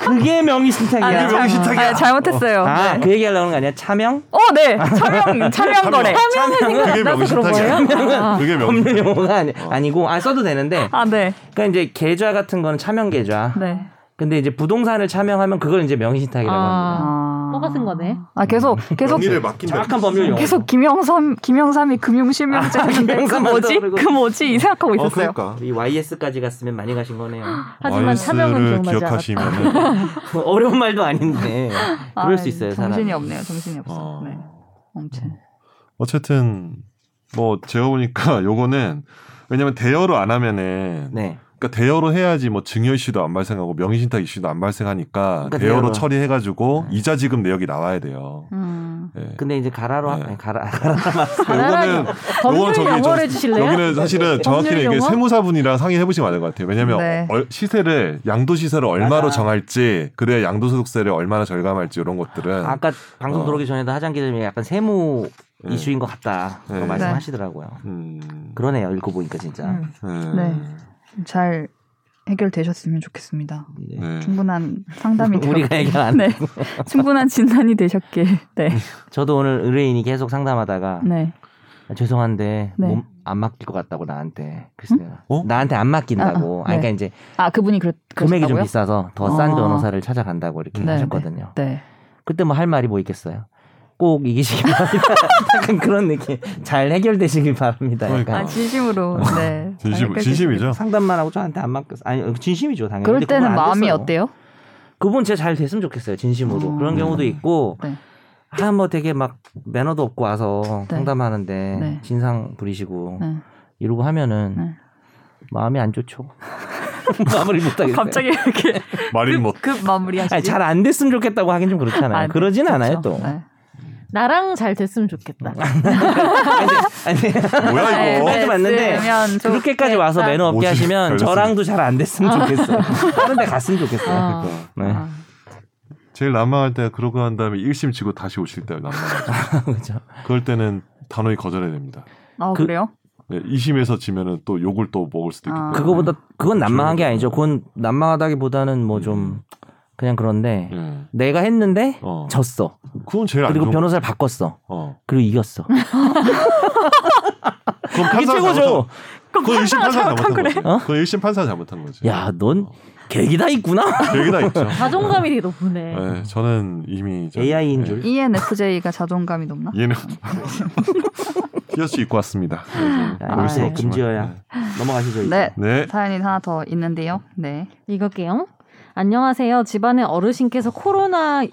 Speaker 3: 그게 명의신탁이야.
Speaker 1: 네, 잘-
Speaker 2: 명의신탁이야.
Speaker 1: 아, 네. 잘못했어요.
Speaker 3: 아, 그 얘기 하려고 하는 거 아니야? 차명?
Speaker 1: 어, 네. 차명 차명 거래.
Speaker 3: 차명은
Speaker 2: 그게 명의신탁이야. 그게 명의.
Speaker 3: 없는 용어가 아니, 아니고 아 써도 되는데
Speaker 1: 아, 네.
Speaker 3: 그러니까 이제 계좌 같은 거는 차명 계좌.
Speaker 1: 네.
Speaker 3: 근데 이제 부동산을 차명하면 그걸 이제 명의신탁이라고
Speaker 4: 아.
Speaker 3: 합니다.
Speaker 1: 아.
Speaker 4: 똑같은 거네.
Speaker 1: 아, 계속 계속
Speaker 2: 명의를 맡긴다.
Speaker 3: 정확한 법률 용어.
Speaker 1: 계속 김영삼 김영삼이 금융실명제 했는데 그
Speaker 3: 김영삼
Speaker 1: 뭐지?
Speaker 3: 만들어버리고.
Speaker 1: 그 뭐지? 이 생각하고
Speaker 2: 어,
Speaker 1: 있었어요.
Speaker 2: 그러니까.
Speaker 3: 이 YS까지 갔으면 많이 가신 거네요.
Speaker 4: 하지만 차명은
Speaker 2: YS를
Speaker 4: 기억나지 않았다.
Speaker 2: 기억하시면
Speaker 3: 어려운 말도 아닌데 그럴 수
Speaker 1: 아이, 예.
Speaker 3: 있어요.
Speaker 1: 정신이
Speaker 3: 사람이.
Speaker 1: 없네요. 정신이 없어. 네. 아무튼.
Speaker 2: 어쨌든 뭐 제가 보니까 요거는 왜냐면 대여로 안 하면은
Speaker 3: 네.
Speaker 2: 그러니까 대여로 해야지 뭐 증여 이슈도 안 발생하고 명의신탁 이슈도 안 발생하니까
Speaker 3: 그러니까
Speaker 2: 대여로
Speaker 3: 대여로.
Speaker 2: 처리해가지고
Speaker 3: 네. 그
Speaker 2: 이자 지급 내역이 나와야 돼요.
Speaker 1: 음.
Speaker 2: 예.
Speaker 3: 근데 이제 가라로
Speaker 2: 네.
Speaker 3: 하- 아니, 가라 가라
Speaker 2: 요거는 요거는
Speaker 4: 법률
Speaker 2: 저기 저-
Speaker 4: 용어를 해주실래요?
Speaker 2: 여기는 사실은 정확히는 이게
Speaker 4: 법률 용어?
Speaker 2: 세무사분이랑 상의해 보시면 알 것 같아요. 왜냐하면
Speaker 1: 네.
Speaker 2: 얼- 시세를 양도 시세를 얼마로
Speaker 3: 맞아.
Speaker 2: 정할지 그래야 양도소득세를 얼마나 절감할지 이런 것들은
Speaker 3: 아까 방송
Speaker 2: 어.
Speaker 3: 들어오기 전에도 하장 기자님이 약간 세무
Speaker 2: 예.
Speaker 3: 이슈인 것 같다 그거
Speaker 2: 네.
Speaker 3: 말씀하시더라고요.
Speaker 2: 음,
Speaker 3: 그러네요. 읽고 보니까 진짜.
Speaker 4: 음.
Speaker 2: 예.
Speaker 1: 네. 잘 해결되셨으면 좋겠습니다.
Speaker 3: 네.
Speaker 2: 네.
Speaker 1: 충분한 상담이 되었
Speaker 3: 우리가 얘기 안
Speaker 1: 네. 충분한 진단이 되셨길. 네.
Speaker 3: 저도 오늘 의뢰인이 계속 상담하다가
Speaker 1: 네.
Speaker 3: 아, 죄송한데
Speaker 1: 네.
Speaker 3: 몸 안 맡길 것 같다고 나한테 그래서 내가
Speaker 2: 어?
Speaker 3: 나한테 안 맡긴다고.
Speaker 1: 아,
Speaker 3: 아,
Speaker 1: 아, 네.
Speaker 3: 그러니까 이제
Speaker 1: 아 그분이 그랬
Speaker 3: 금액이 좀
Speaker 1: 그러셨다고요?
Speaker 3: 비싸서 더 싼
Speaker 1: 아.
Speaker 3: 변호사를 찾아간다고 이렇게
Speaker 1: 네,
Speaker 3: 하셨거든요.
Speaker 1: 네.
Speaker 3: 그때 뭐 할 말이 뭐 있겠어요? 꼭 이기시길 바랍니다. 약간 그런 느낌. 잘 해결되시길 바랍니다. 약간.
Speaker 2: 그러니까.
Speaker 1: 아 진심으로. 네. 잘
Speaker 2: 진심,
Speaker 1: 해결되시길.
Speaker 2: 진심이죠.
Speaker 3: 상담만 하고 저한테 안 맡겼어. 아니 진심이죠 당연히.
Speaker 1: 그럴
Speaker 3: 근데 그건
Speaker 1: 때는
Speaker 3: 안
Speaker 1: 마음이
Speaker 3: 됐어요.
Speaker 1: 어때요?
Speaker 3: 그분 진짜 잘 됐으면 좋겠어요. 진심으로.
Speaker 1: 음.
Speaker 3: 그런 경우도 있고
Speaker 1: 네.
Speaker 3: 아 뭐 되게 막 매너도 없고 와서
Speaker 1: 네.
Speaker 3: 상담하는데
Speaker 1: 네.
Speaker 3: 진상 부리시고
Speaker 1: 네.
Speaker 3: 이러고 하면은
Speaker 1: 네.
Speaker 3: 마음이 안 좋죠. 마무리 못하겠어요.
Speaker 1: 갑자기 이렇게
Speaker 2: 말인 못.
Speaker 1: 급 마무리하시죠.
Speaker 3: 네. 아니 잘 안 됐으면 좋겠다고 하긴 좀 그렇잖아요. 그러진 않아요 또.
Speaker 1: 네.
Speaker 4: 나랑 잘 됐으면 좋겠다.
Speaker 2: 음.
Speaker 3: 아니,
Speaker 2: 뭐야 이거?
Speaker 3: 네. 맞는데
Speaker 1: 그러면 좀
Speaker 3: 그렇게까지 와서
Speaker 1: 네.
Speaker 3: 매너 없게
Speaker 2: 뭐지?
Speaker 3: 하시면
Speaker 2: 별로
Speaker 3: 저랑도 잘 안 됐으면 좋겠어요. 다른 데 갔으면 좋겠어요.
Speaker 4: 아.
Speaker 2: 그러니까.
Speaker 3: 네.
Speaker 1: 아,
Speaker 2: 제일 난망할 때가 그러고 난 다음에 1심 지고 다시 오실 때 난망하죠.
Speaker 3: 그렇죠.
Speaker 2: 그럴 때는 단호히 거절해야 됩니다.
Speaker 1: 아,
Speaker 3: 그-
Speaker 1: 그래요?
Speaker 2: 네, 2심에서 지면은 또 욕을 또 먹을 수도 있기
Speaker 1: 아.
Speaker 2: 때문에.
Speaker 3: 그거보다 그건 난망한 게 아니죠. 그건 난망하다기보다는 뭐 좀 그냥 그런데
Speaker 2: 예.
Speaker 3: 내가 했는데
Speaker 2: 음. 어. 그러니까
Speaker 3: 졌어.
Speaker 2: 그건 제일 안
Speaker 3: 그리고
Speaker 2: 좋은.
Speaker 3: 변호사를 바꿨어.
Speaker 2: 어.
Speaker 3: 그리고 이겼어.
Speaker 2: 그럼
Speaker 3: 그게
Speaker 2: 판사가
Speaker 3: 최고죠.
Speaker 2: 잘못한- 그건 일심 판사 잘못한
Speaker 4: 그래.
Speaker 2: 거지.
Speaker 3: 어?
Speaker 2: 그건 일심 판사 잘못한 거지.
Speaker 3: 야, 넌 계기 다 있구나.
Speaker 2: 여기 다 있죠.
Speaker 4: 자존감이 되게 높으네.
Speaker 2: 네, 저는 이미 저-
Speaker 3: AI 인
Speaker 2: 예.
Speaker 3: 줄.
Speaker 1: E ENFJ가 자존감이 높나?
Speaker 2: 얘는 티셔츠 입고 왔습니다. 그래서
Speaker 3: 야,
Speaker 2: 보일 순
Speaker 1: 이제
Speaker 2: 없지만.
Speaker 3: 아, 금지어야. 넘어가시죠. 이제.
Speaker 1: 네.
Speaker 2: 네. 네.
Speaker 1: 사연이 하나 더 있는데요. 네.
Speaker 4: 이거게요. 안녕하세요. 집안의 어르신께서 코로나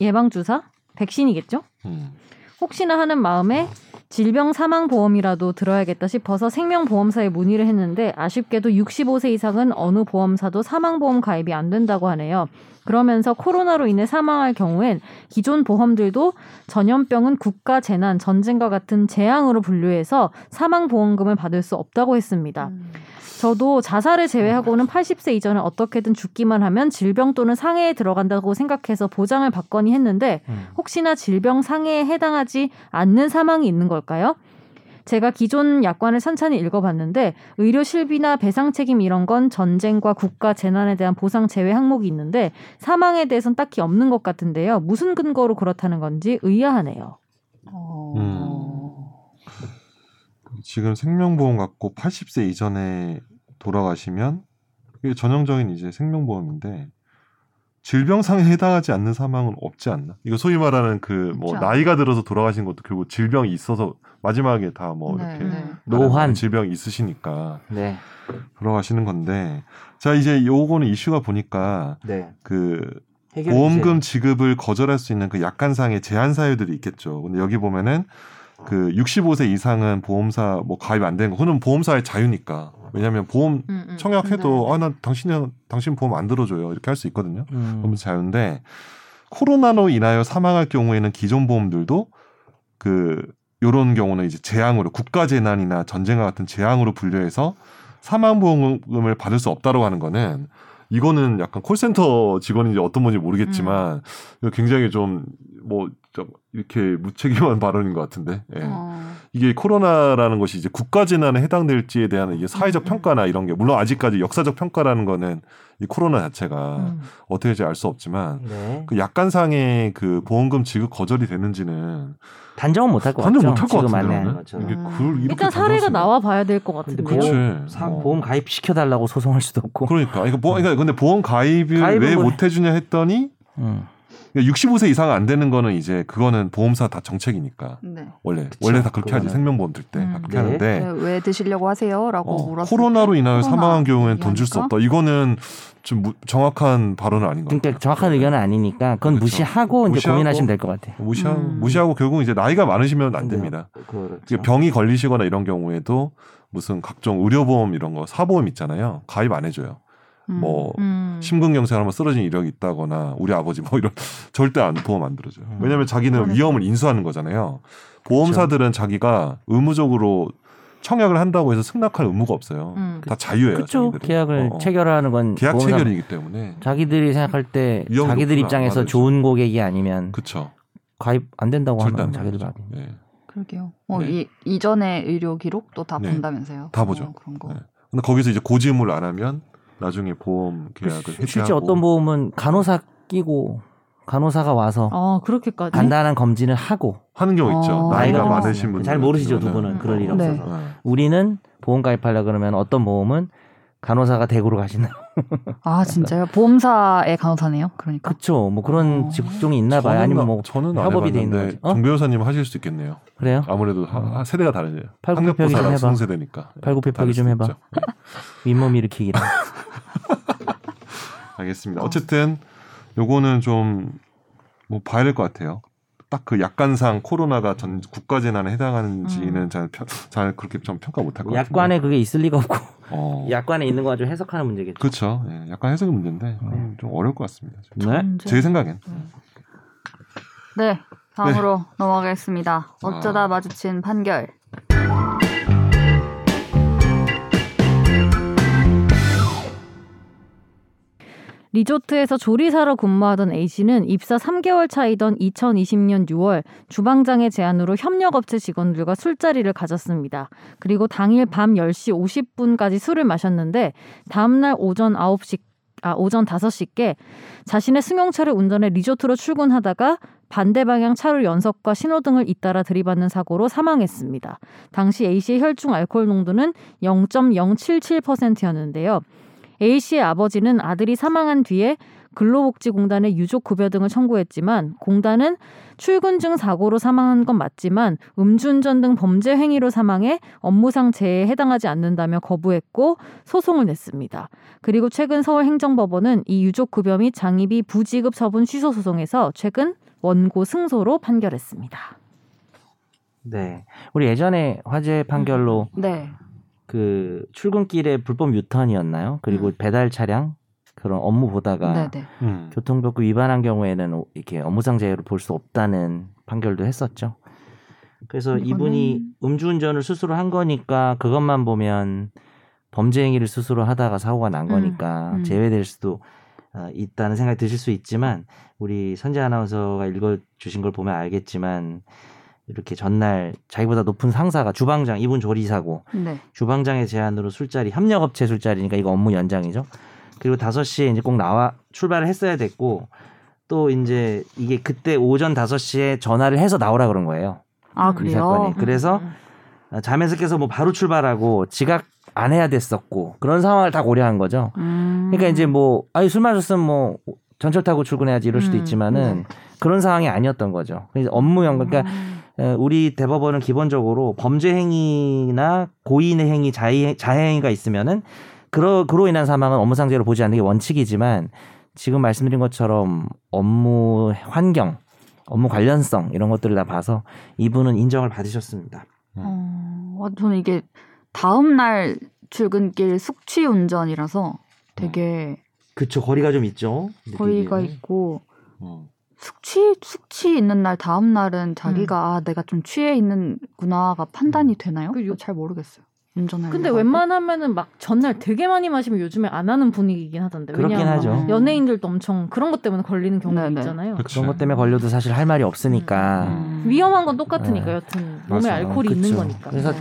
Speaker 4: 예방 주사 백신이겠죠?
Speaker 2: 음.
Speaker 4: 혹시나 하는 마음에 질병 사망 보험이라도 들어야겠다 싶어서 생명보험사에 문의를 했는데 아쉽게도 65세 이상은 어느 보험사도 사망보험 가입이 안 된다고 하네요. 그러면서 코로나로 인해 사망할 경우엔 기존 보험들도 전염병은 국가 재난, 전쟁과 같은 재앙으로 분류해서 사망보험금을 받을 수 없다고 했습니다. 저도 자살을 제외하고는 80세 이전에 어떻게든 죽기만 하면 질병 또는 상해에 들어간다고 생각해서 보장을 받거니 했는데
Speaker 3: 음.
Speaker 4: 혹시나 질병 상해에 해당하지 않는 사망이 있는 걸까요? 제가 기존 약관을 천천히 읽어봤는데 의료 실비나 배상 책임 이런 건 전쟁과 국가 재난에 대한 보상 제외 항목이 있는데 사망에 대해선 딱히 없는 것 같은데요. 무슨 근거로 그렇다는 건지 의아하네요.
Speaker 2: 음. 지금 생명보험 갖고 80세 이전에 돌아가시면 이게 전형적인 이제 생명보험인데 질병상에 해당하지 않는 사망은 없지 않나? 이거 소위 말하는 그 뭐
Speaker 1: 없지
Speaker 2: 나이가 들어서 돌아가신 것도 결국 질병이 있어서 마지막에 다 뭐
Speaker 1: 네,
Speaker 2: 이렇게
Speaker 1: 네.
Speaker 3: 노환.
Speaker 2: 질병이 있으시니까
Speaker 3: 네.
Speaker 2: 돌아가시는 건데 자 이제 요거는 이슈가 보니까
Speaker 3: 네.
Speaker 2: 그
Speaker 3: 해결해
Speaker 2: 보험금 지급을 거절할 수 있는 그 약관상의 제한 사유들이 있겠죠. 근데 여기 보면은 그 65세 이상은 보험사 뭐 가입 안 되는 거. 그는 보험사의 자유니까. 왜냐하면 보험
Speaker 4: 음,
Speaker 2: 청약해도 아 난 당신은 당신 보험 안 들어줘요 이렇게 할 수 있거든요.
Speaker 3: 주세요. 음.
Speaker 2: 보험 자유인데 코로나로 인하여 사망할 경우에는 기존 보험들도 그 요런 경우는 이제 재앙으로 국가 재난이나 전쟁과 같은 재앙으로 분류해서 사망 보험금을 받을 수 없다고 하는 거는 이거는 약간 콜센터 직원인지 어떤 건지 모르겠지만 이거 굉장히 좀 뭐 좀 이렇게 무책임한 발언인 것 같은데 예.
Speaker 1: 어.
Speaker 2: 이게 코로나라는 것이 이제 국가 재난에 해당될지에 대한 이게 사회적
Speaker 4: 음, 음.
Speaker 2: 평가나 이런 게 물론 아직까지 역사적 평가라는 거는 이 코로나 자체가
Speaker 1: 음.
Speaker 2: 어떻게 될지 알 수 없지만
Speaker 3: 네.
Speaker 2: 그 약간상의 그 보험금 지급 거절이 되는지는
Speaker 3: 단정은 못할 것
Speaker 2: 관전
Speaker 3: 같죠.
Speaker 2: 못할 것
Speaker 3: 지금
Speaker 2: 같은데
Speaker 3: 안내하는
Speaker 2: 나는.
Speaker 3: 것처럼.
Speaker 2: 이게
Speaker 1: 음.
Speaker 2: 그걸 이렇게
Speaker 4: 일단 사례가
Speaker 2: 단정하시면-
Speaker 4: 나와 봐야 될 것
Speaker 3: 근데
Speaker 4: 같은데.
Speaker 2: 그치.
Speaker 3: 보험-
Speaker 2: 어.
Speaker 3: 사- 음. 보험 가입 시켜달라고 소송할 수도 없고.
Speaker 2: 그러니까 그러니까 보 그러니까 근데 보험 가입을
Speaker 3: 가입은
Speaker 2: 왜
Speaker 3: 뭐-
Speaker 2: 못 해주냐 했더니 그러니까
Speaker 3: 음.
Speaker 2: 65세 이상 안 되는 거는 이제 그거는 보험사 다 정책이니까
Speaker 1: 네.
Speaker 2: 원래 원래 다 그렇게 하지
Speaker 3: 그거는.
Speaker 2: 생명보험 들 때 다
Speaker 4: 음.
Speaker 2: 그렇게
Speaker 3: 네.
Speaker 2: 하는데
Speaker 1: 네, 왜 드시려고 하세요라고
Speaker 2: 어,
Speaker 1: 물었을
Speaker 2: 코로나로 인하여
Speaker 1: 코로나
Speaker 2: 사망한 경우에는 돈 줄 수
Speaker 1: 얘기하니까?
Speaker 2: 없다. 이거는 좀 무- 정확한 발언은 아닌 것 같아요. 네.
Speaker 3: 그러니까 정확한 의견은 아니니까 그건
Speaker 2: 그렇죠.
Speaker 3: 무시하고 이제
Speaker 2: 무시하고.
Speaker 3: 고민하시면 될 것 같아요.
Speaker 2: 무시하,
Speaker 1: 음.
Speaker 2: 무시하고 결국 이제 나이가 많으시면 안
Speaker 3: 근데
Speaker 2: 됩니다.
Speaker 3: 그렇죠.
Speaker 2: 이게 병이 걸리시거나 이런 경우에도 무슨 각종 의료보험 이런 거 사보험 있잖아요. 가입 안 해줘요.
Speaker 1: 음.
Speaker 2: 뭐
Speaker 4: 음.
Speaker 2: 심근경색을 하면 쓰러진 이력이 있다거나 우리 아버지 뭐 이런 절대 안 보험 안 들어줘요.
Speaker 3: 음.
Speaker 2: 왜냐하면 자기는
Speaker 1: 그러네.
Speaker 2: 위험을 인수하는 거잖아요. 보험사들은 자기가 의무적으로 청약을 한다고 해서 승낙할 의무가 없어요.
Speaker 4: 음.
Speaker 2: 다 자유예요.
Speaker 3: 그렇죠.
Speaker 2: 자기들은.
Speaker 3: 계약을
Speaker 2: 어, 어.
Speaker 3: 체결하는 건
Speaker 2: 계약
Speaker 3: 보험사-
Speaker 2: 체결이기 때문에
Speaker 3: 자기들이 생각할 때
Speaker 2: 위험이
Speaker 3: 자기들
Speaker 2: 높구나,
Speaker 3: 입장에서
Speaker 2: 맞아요.
Speaker 3: 좋은 고객이 아니면
Speaker 2: 그쵸
Speaker 3: 가입 안 된다고
Speaker 2: 절대
Speaker 3: 하면
Speaker 2: 안
Speaker 3: 자기들
Speaker 2: 되죠.
Speaker 3: 말이.
Speaker 2: 예.
Speaker 1: 그러게요. 어,
Speaker 2: 네.
Speaker 1: 이 이전의 의료 기록도 다
Speaker 2: 네.
Speaker 1: 본다면서요?
Speaker 2: 다 보죠.
Speaker 1: 어, 그런 거.
Speaker 2: 네. 근데 거기서 이제 고지음을 안 하면 나중에 보험 계약을 해지하고
Speaker 3: 실제 어떤 보험은 간호사 끼고 간호사가 와서
Speaker 4: 아 그렇게까지.
Speaker 3: 간단한 검진을 하고
Speaker 2: 하는 경우 있죠.
Speaker 1: 어.
Speaker 2: 나이가
Speaker 3: 나이가
Speaker 2: 많으신 그렇죠. 분들
Speaker 3: 잘 모르시죠 두 분은
Speaker 4: 음.
Speaker 3: 그럴 일
Speaker 1: 네.
Speaker 3: 없어서
Speaker 2: 아,
Speaker 3: 우리는 보험 가입하려 그러면 어떤 보험은 간호사가 대구로 가시나
Speaker 1: 아 진짜요? 보험사의 간호사네요. 그러니까.
Speaker 3: 그쵸 뭐 그런
Speaker 1: 어.
Speaker 3: 직종이 있나 봐요 아니면 뭐
Speaker 2: 저는
Speaker 3: 협업이
Speaker 2: 협업이
Speaker 3: 돼
Speaker 2: 돼
Speaker 3: 있는
Speaker 2: 있는데
Speaker 3: 거지. 어?
Speaker 2: 정 변호사님 하실 수 있겠네요.
Speaker 3: 그래요
Speaker 2: 아무래도 하- 하- 세대가 다르죠.
Speaker 3: 팔굽혀펴기 좀 해봐.
Speaker 2: 성세대니까. 네.
Speaker 3: 팔굽혀펴기 좀 해봐. 윗몸 일으키기랑
Speaker 2: 알겠습니다.
Speaker 1: 어.
Speaker 2: 어쨌든 요거는 좀 뭐 봐야 될 것 같아요. 딱 그 약관상 코로나가 전 국가 재난에 해당하는지는
Speaker 4: 음.
Speaker 2: 잘, 펴- 잘 그렇게 좀 평가 못할 것 같아요.
Speaker 3: 약관에 그게 있을 리가 없고
Speaker 2: 어.
Speaker 3: 약관에 있는 거 가지고 해석하는 문제겠죠
Speaker 2: 그렇죠. 예, 약간 해석의 문제인데
Speaker 3: 네.
Speaker 2: 좀 어려울 것 같습니다.
Speaker 3: 네
Speaker 1: 문제.
Speaker 2: 제 생각엔.
Speaker 1: 음, 네. 다음으로 넘어가겠습니다. 어쩌다 마주친 판결.
Speaker 4: 리조트에서 조리사로 근무하던 A씨는 입사 3개월 차이던 2020년 6월 주방장의 제안으로 협력업체 직원들과 술자리를 가졌습니다. 그리고 당일 밤 10시 50분까지 술을 마셨는데 다음날 오전 9시 아, 오전 5시께 자신의 승용차를 운전해 리조트로 출근하다가 반대 방향 차로 연석과 신호등을 잇따라 들이받는 사고로 사망했습니다. 당시 A씨의 혈중 알코올 농도는 0.077%였는데요. A씨의 아버지는 아들이 사망한 뒤에 근로복지공단에 유족 급여 등을 청구했지만 공단은 출근 중 사고로 사망한 건 맞지만 음주운전 등 범죄 행위로 사망해 업무상 재해에 해당하지 않는다며 거부했고 소송을 냈습니다. 그리고 최근 서울행정법원은 이 유족 급여 및 장의비 부지급 처분 취소 소송에서 최근 원고 승소로 판결했습니다.
Speaker 3: 네. 우리 예전에 화재
Speaker 2: 음.
Speaker 3: 판결로
Speaker 1: 네.
Speaker 3: 그 출근길에 불법 유턴이었나요? 그리고 배달 차량 그런 업무 보다가
Speaker 1: 네, 네.
Speaker 2: 음.
Speaker 3: 교통법규 그 위반한 경우에는 오- 이렇게 업무상 재해로 볼 수 없다는 판결도 했었죠. 그래서
Speaker 1: 이거는-
Speaker 3: 이분이 음주운전을 스스로 한 거니까 그것만 보면 범죄 행위를 스스로 하다가 사고가 난 거니까
Speaker 1: 음.
Speaker 3: 제외될 수도 어, 있다는 생각이 드실 수 있지만 우리 선재 아나운서가 읽어 주신 걸 보면 알겠지만 이렇게 전날 자기보다 높은 상사가 주방장 이분 조리사고
Speaker 1: 네.
Speaker 3: 주방장의 제안으로 술자리 협력업체 술자리니까 이거 업무 연장이죠. 그리고 5시에 이제 꼭 나와 출발을 했어야 됐고 또 이제 이게 그때 오전 5시에 전화를 해서 나오라 그런 거예요.
Speaker 1: 아,
Speaker 3: 이
Speaker 1: 그래요.
Speaker 3: 사건이. 그래서 아, 잠에서 깨서 뭐 바로 출발하고 지각 안 해야 됐었고 그런 상황을 다 고려한 거죠.
Speaker 1: 음.
Speaker 3: 그러니까 이제 뭐 아니 술 마셨으면 뭐 전철 타고 출근해야지 이럴 수도
Speaker 4: 음,
Speaker 3: 있지만은 그런 상황이 아니었던 거죠. 그래서 업무
Speaker 1: 음,
Speaker 3: 연관 그러니까 어, 우리 대법원은 기본적으로 범죄 행위나 고인의 행위, 자해, 자해 행위가 있으면은 그러 그로 인한 사망은 업무상죄로 보지 않는 게 원칙이지만 지금 말씀드린 것처럼 업무 환경, 업무 관련성 이런 것들을 다 봐서 이분은 인정을 받으셨습니다.
Speaker 1: 어, 와, 저는 이게 다음 날 출근길 숙취 운전이라서 되게
Speaker 3: 그쵸 거리가 좀 있죠.
Speaker 1: 거리가
Speaker 3: 느끼기에는.
Speaker 1: 있고
Speaker 2: 음.
Speaker 1: 숙취 숙취 있는 날 다음 날은 자기가 아 내가 좀 취해 있는구나가 판단이 되나요?
Speaker 4: 그 요-
Speaker 1: 잘 모르겠어요. 운전할
Speaker 4: 근데
Speaker 1: 때.
Speaker 4: 웬만하면은 막 전날 되게 많이 마시면 요즘에 안 하는 분위기긴 하던데.
Speaker 3: 그렇긴
Speaker 4: 왜냐하면
Speaker 3: 하죠.
Speaker 1: 음.
Speaker 4: 연예인들도 엄청 그런 것 때문에 걸리는 경우도
Speaker 1: 네네.
Speaker 4: 있잖아요.
Speaker 2: 그치.
Speaker 3: 그런 것 때문에 걸려도 사실 할 말이 없으니까
Speaker 1: 음.
Speaker 4: 위험한 건 똑같으니까
Speaker 3: 네.
Speaker 4: 여튼 몸에
Speaker 2: 맞아요.
Speaker 4: 알코올이
Speaker 3: 그쵸.
Speaker 4: 있는 거니까.
Speaker 3: 그래서
Speaker 1: 네.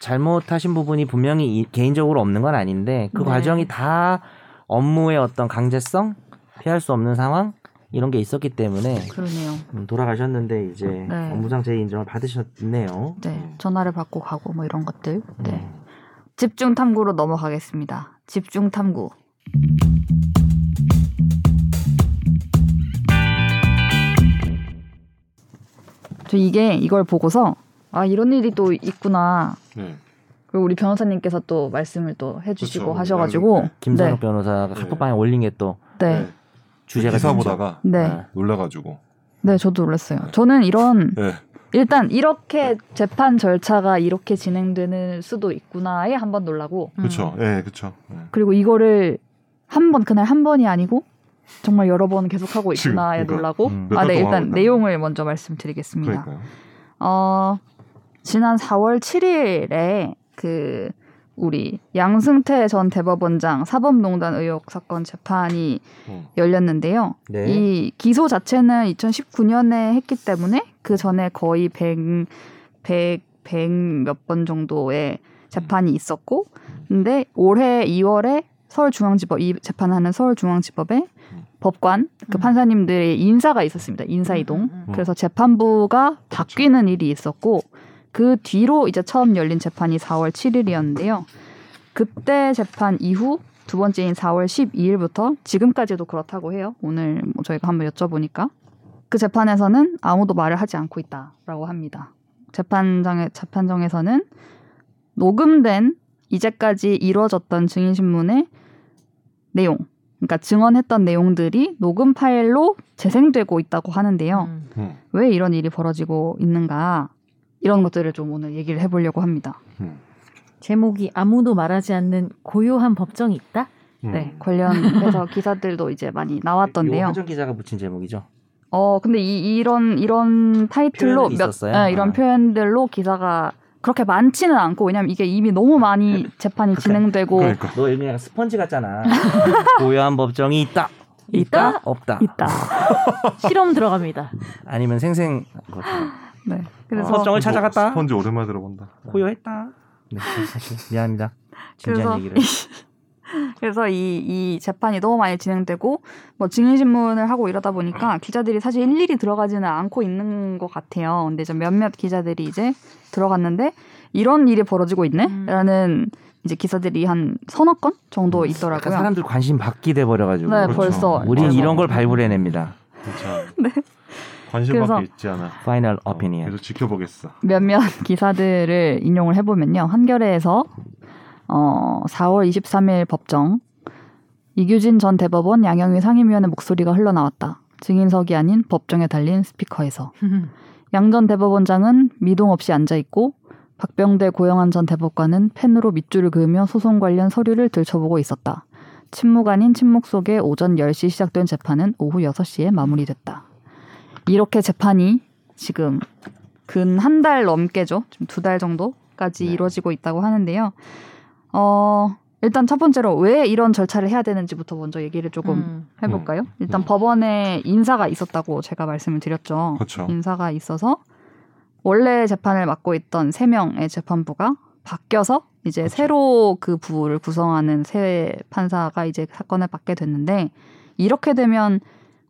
Speaker 3: 잘못하신 부분이 분명히 이- 개인적으로 없는 건 아닌데 그
Speaker 4: 네.
Speaker 3: 과정이 다 업무의 어떤 강제성 피할 수 없는 상황 이런 게 있었기 때문에
Speaker 1: 그러네요.
Speaker 3: 음, 돌아가셨는데 이제 업무상 재해 인정을 받으셨네요.
Speaker 1: 네.
Speaker 2: 음.
Speaker 1: 전화를 받고 가고 뭐 이런 것들. 네.
Speaker 3: 음.
Speaker 1: 집중 탐구로 넘어가겠습니다. 집중 탐구. 저 이게 이걸 보고서 아 이런 일이 또 있구나.
Speaker 2: 네.
Speaker 1: 그리고 우리 변호사님께서 또 말씀을 또 해주시고
Speaker 2: 그렇죠.
Speaker 1: 하셔가지고
Speaker 3: 김선욱 변호사가
Speaker 2: 네.
Speaker 3: 카톡방에 올린 게 또
Speaker 1: 네, 네,
Speaker 2: 네.
Speaker 3: 주제가
Speaker 2: 기사
Speaker 3: 됐죠.
Speaker 2: 보다가
Speaker 1: 네,
Speaker 3: 아,
Speaker 2: 놀라가지고.
Speaker 1: 네, 저도 놀랐어요. 저는 이런
Speaker 2: 네.
Speaker 1: 일단 이렇게 재판 절차가 이렇게 진행되는 수도 있구나에 한번 놀라고
Speaker 3: 음.
Speaker 2: 그렇죠. 예, 그렇죠. 네.
Speaker 1: 그리고 이거를 한 번 그날 한 번이 아니고 정말 여러 번 계속 하고
Speaker 2: 지금,
Speaker 1: 있구나에
Speaker 2: 그러니까.
Speaker 1: 놀라고
Speaker 3: 음.
Speaker 2: 몇
Speaker 1: 아,
Speaker 2: 달
Speaker 1: 네,
Speaker 2: 동안 하고
Speaker 1: 일단
Speaker 2: 있다는
Speaker 1: 내용을 먼저 말씀드리겠습니다.
Speaker 2: 그러니까요.
Speaker 1: 어, 지난 4월 7일에 그 우리 양승태 전 대법원장 사법농단 의혹 사건 재판이
Speaker 2: 음.
Speaker 1: 열렸는데요.
Speaker 3: 네.
Speaker 1: 이 기소 자체는 2019년에 했기 때문에 그 전에 거의 100, 100, 100몇 번 정도의 재판이 있었고, 근데 올해 2월에 서울중앙지법 이 재판하는 서울중앙지법에
Speaker 2: 음.
Speaker 1: 법관 그
Speaker 4: 음.
Speaker 1: 판사님들의 인사가 있었습니다. 인사 이동. 그래서 재판부가 바뀌는 일이 있었고 그 뒤로 이제 처음 열린 재판이 4월 7일이었는데요. 그때 재판 이후 두 번째인 4월 12일부터 지금까지도 그렇다고 해요. 오늘 뭐 저희가 한번 여쭤보니까 그 재판에서는 아무도 말을 하지 않고 있다라고 합니다. 재판장의 재판정에서는 녹음된 이제까지 이루어졌던 증인신문의 내용, 그러니까 증언했던 내용들이 녹음 파일로 재생되고 있다고 하는데요.
Speaker 4: 음.
Speaker 2: 음.
Speaker 1: 왜 이런 일이 벌어지고 있는가 이런 것들을 좀 오늘 얘기를 해보려고 합니다.
Speaker 4: 제목이 아무도 말하지 않는 고요한 법정이 있다.
Speaker 2: 음.
Speaker 1: 네 관련해서 기사들도 이제 많이
Speaker 3: 요
Speaker 1: 나왔던데요.
Speaker 3: 화정 기자가 붙인 제목이죠.
Speaker 1: 어 근데 이 이런 이런 타이틀로
Speaker 3: 표현은 있었어요?
Speaker 1: 네, 이런
Speaker 3: 아.
Speaker 1: 표현들로 기사가 그렇게 많지는 않고 왜냐면 이게 이미 너무 많이 재판이 진행되고
Speaker 2: 그러니까.
Speaker 3: 너 이거 그냥 스펀지 같잖아. 고요한 법정이 있다.
Speaker 4: 있다?
Speaker 3: 없다.
Speaker 1: 있다.
Speaker 4: 실험 들어갑니다.
Speaker 3: 아니면 생생 그렇다.
Speaker 1: 네
Speaker 3: 아,
Speaker 1: 그래서
Speaker 3: 법정을 찾아갔다.
Speaker 2: 스펀지 오랜만에 들어본다.
Speaker 3: 고요했다. 네, 사실 미안합니다. 진지한
Speaker 1: 아. 그래서
Speaker 3: 얘기를.
Speaker 1: 그래서 이, 이 재판이 너무 많이 진행되고 뭐 증인신문을 하고 이러다 보니까 기자들이 사실 일일이 들어가지는 않고 있는 것 같아요. 근데 이제 몇몇 기자들이 이제 들어갔는데 이런 일이 벌어지고
Speaker 4: 음.
Speaker 1: 있네라는 이제 기사들이 한 서너 건 정도
Speaker 3: 음, 약간
Speaker 1: 있더라고요.
Speaker 3: 사람들 관심 받기 돼 버려가지고.
Speaker 1: 네,
Speaker 2: 그렇죠.
Speaker 1: 벌써
Speaker 3: 우린
Speaker 1: 그래서
Speaker 3: 이런 걸 발굴해냅니다.
Speaker 2: 그렇죠.
Speaker 1: 네. 그래서-
Speaker 2: 관심밖에 있지 않아.
Speaker 3: 파이널
Speaker 2: 어,
Speaker 3: 어피니언.
Speaker 2: 계속 지켜보겠어.
Speaker 1: 몇몇 기사들을 인용을 해보면요. 한겨레에서 어, 4월 23일 법정 이규진 전 대법원 양형위 상임위원의 목소리가 흘러나왔다. 증인석이 아닌 법정에 달린 스피커에서 양 전 대법원장은 미동 없이 앉아 있고 박병대 고영한 전 대법관은 펜으로 밑줄을 그으며 소송 관련 서류를 들춰보고 있었다. 침묵 아닌 침묵 속에 오전 10시 시작된 재판은 오후 6시에 마무리됐다. 이렇게 재판이 지금 근 한 달 넘게죠. 좀 두 달 정도까지
Speaker 3: 네.
Speaker 1: 이루어지고 있다고 하는데요. 어, 일단 첫 번째로 왜 이런 절차를 해야 되는지부터 먼저 얘기를 조금
Speaker 4: 음.
Speaker 1: 해볼까요? 일단
Speaker 2: 음.
Speaker 1: 법원에 인사가 있었다고 제가 말씀을 드렸죠.
Speaker 2: 그렇죠.
Speaker 1: 인사가 있어서 원래 재판을 맡고 있던 세 명의 재판부가 바뀌어서 이제
Speaker 2: 그렇죠.
Speaker 1: 새로 그 부를 구성하는 새 판사가 이제 사건을 맡게 됐는데 이렇게 되면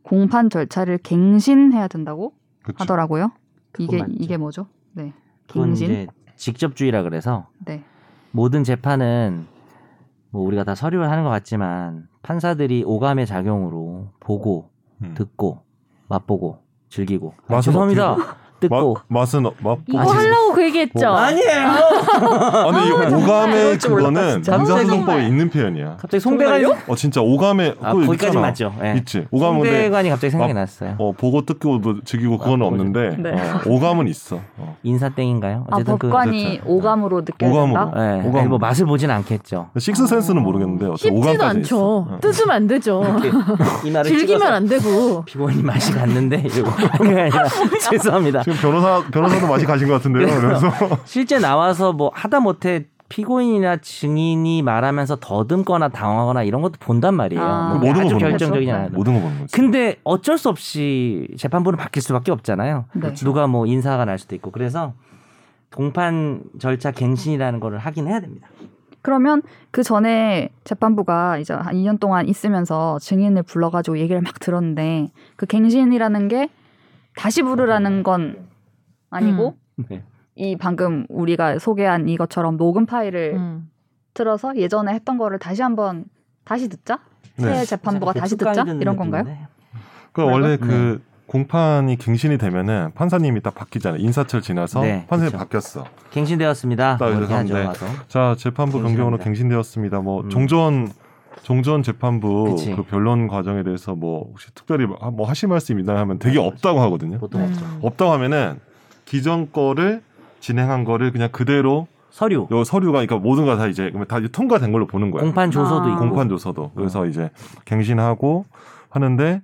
Speaker 1: 공판 절차를 갱신해야 된다고
Speaker 2: 그렇죠.
Speaker 1: 하더라고요. 이게
Speaker 3: 맞죠.
Speaker 1: 이게 뭐죠? 네,
Speaker 3: 그건
Speaker 1: 갱신.
Speaker 3: 이제 직접주의라 그래서
Speaker 1: 네,
Speaker 3: 모든 재판은 뭐 우리가 다 서류를 하는 것 같지만 판사들이 오감의 작용으로 보고
Speaker 2: 음.
Speaker 3: 듣고 맛보고 즐기고 아,
Speaker 2: 맛은
Speaker 3: 죄송합니다
Speaker 2: 맛
Speaker 3: 뜯고
Speaker 2: 맛은 어- 맛.
Speaker 4: 이거
Speaker 3: 아, 진짜.
Speaker 4: 하려고 그 얘기했죠.
Speaker 3: 아니에요
Speaker 2: 아니
Speaker 4: 아, 정말
Speaker 2: 오감의
Speaker 4: 이럴 줄 몰랐다,
Speaker 2: 그거는
Speaker 4: 진짜.
Speaker 2: 민사소송법에
Speaker 4: 정말.
Speaker 2: 있는 표현이야.
Speaker 1: 그
Speaker 3: 갑자기 송대관이
Speaker 2: 어 진짜 오감의
Speaker 3: 아
Speaker 2: 그거
Speaker 3: 거기까지
Speaker 2: 있잖아.
Speaker 3: 맞죠 예.
Speaker 2: 있지. 오감은 근데
Speaker 3: 송대관이 갑자기 생각이
Speaker 2: 아,
Speaker 3: 났어요
Speaker 2: 어 보고 뜯고 뭐 즐기고 그건
Speaker 3: 아,
Speaker 2: 없는데
Speaker 1: 네.
Speaker 2: 어, 오감은 있어. 어.
Speaker 3: 인사땡인가요
Speaker 1: 아
Speaker 3: 어쨌든
Speaker 1: 법관이
Speaker 2: 어쨌든. 그
Speaker 1: 오감으로 느껴야
Speaker 2: 오감으로.
Speaker 1: 된다.
Speaker 3: 그 예.
Speaker 2: 오감.
Speaker 3: 아니, 뭐 맛을 보진 않겠죠
Speaker 2: 식스 센스는 모르겠는데 어쨌든
Speaker 4: 쉽지도
Speaker 2: 오감까지 있어.
Speaker 4: 않죠.
Speaker 2: 어.
Speaker 4: 뜯으면 안 되죠.
Speaker 3: 이렇게 이 말을
Speaker 4: 즐기면
Speaker 3: 찍어서
Speaker 4: 안 되고.
Speaker 3: 피고인이 맛이 갔는데 이러고 그게 아니라 죄송합니다
Speaker 2: 지금 변호사 변호사도 맛이 가신 것 같은데요.
Speaker 3: 네.
Speaker 2: 그래서
Speaker 3: 실제 나와서 뭐 하다 못해 피고인이나 증인이 말하면서 더듬거나 당하거나 이런 것도 본단 말이에요.
Speaker 1: 아.
Speaker 3: 뭐
Speaker 2: 그 모든 거
Speaker 3: 아주
Speaker 2: 보는 네.
Speaker 3: 결정적이지
Speaker 1: 거죠.
Speaker 3: 않아요.
Speaker 2: 모든 거 보는 거지.
Speaker 3: 근데 어쩔 수 없이 재판부는 바뀔 수밖에 없잖아요.
Speaker 1: 네.
Speaker 2: 그렇죠.
Speaker 3: 누가 뭐 인사가 날 수도 있고 그래서 동판 절차 갱신이라는 거를 하긴 해야 됩니다.
Speaker 1: 그러면 그 전에 재판부가 이제 한 2년 동안 있으면서 증인을 불러가지고 얘기를 막 들었는데 그 갱신이라는 게 다시
Speaker 2: 음.
Speaker 1: 부르라는 건 아니고
Speaker 4: 음.
Speaker 3: 네.
Speaker 1: 이 방금 우리가 소개한 이것처럼 녹음 파일을
Speaker 4: 음.
Speaker 1: 틀어서 예전에 했던 거를 다시 한번 다시 듣자
Speaker 2: 네.
Speaker 1: 새 재판부가 다시 듣자
Speaker 3: 습관이 그 드는
Speaker 1: 이런 건가요?
Speaker 3: 느낌인데.
Speaker 2: 그
Speaker 4: 네.
Speaker 2: 원래 그 공판이 갱신이 되면은 판사님이 딱 바뀌잖아요. 인사철 지나서
Speaker 3: 네,
Speaker 2: 판사님
Speaker 3: 그쵸.
Speaker 2: 바뀌었어.
Speaker 3: 갱신되었습니다.
Speaker 2: 딱
Speaker 3: 뭐 이렇게
Speaker 2: 이렇게
Speaker 3: 하죠.
Speaker 2: 하는데.
Speaker 3: 와서.
Speaker 2: 자 재판부 변경으로
Speaker 3: 갱신합니다.
Speaker 2: 갱신되었습니다. 뭐
Speaker 3: 음.
Speaker 2: 종전 종전 재판부
Speaker 3: 그치.
Speaker 2: 그 변론 과정에 대해서 뭐 혹시 특별히 뭐 하- 뭐 하실 말씀 있나 하면 되게 없다고
Speaker 3: 네,
Speaker 2: 하거든요.
Speaker 3: 그렇죠. 보통
Speaker 1: 네.
Speaker 3: 없죠.
Speaker 4: 음.
Speaker 2: 없다고 하면은 기존 거를 진행한 거를 그냥 그대로
Speaker 3: 서류,
Speaker 2: 요 서류가 그러니까 모든 거 다 이제 그러면 다 이제 통과된 걸로 보는 거야.
Speaker 3: 공판 어.
Speaker 1: 아.
Speaker 3: 조서도 있고
Speaker 2: 공판 조서도 그래서 이제 갱신하고 하는데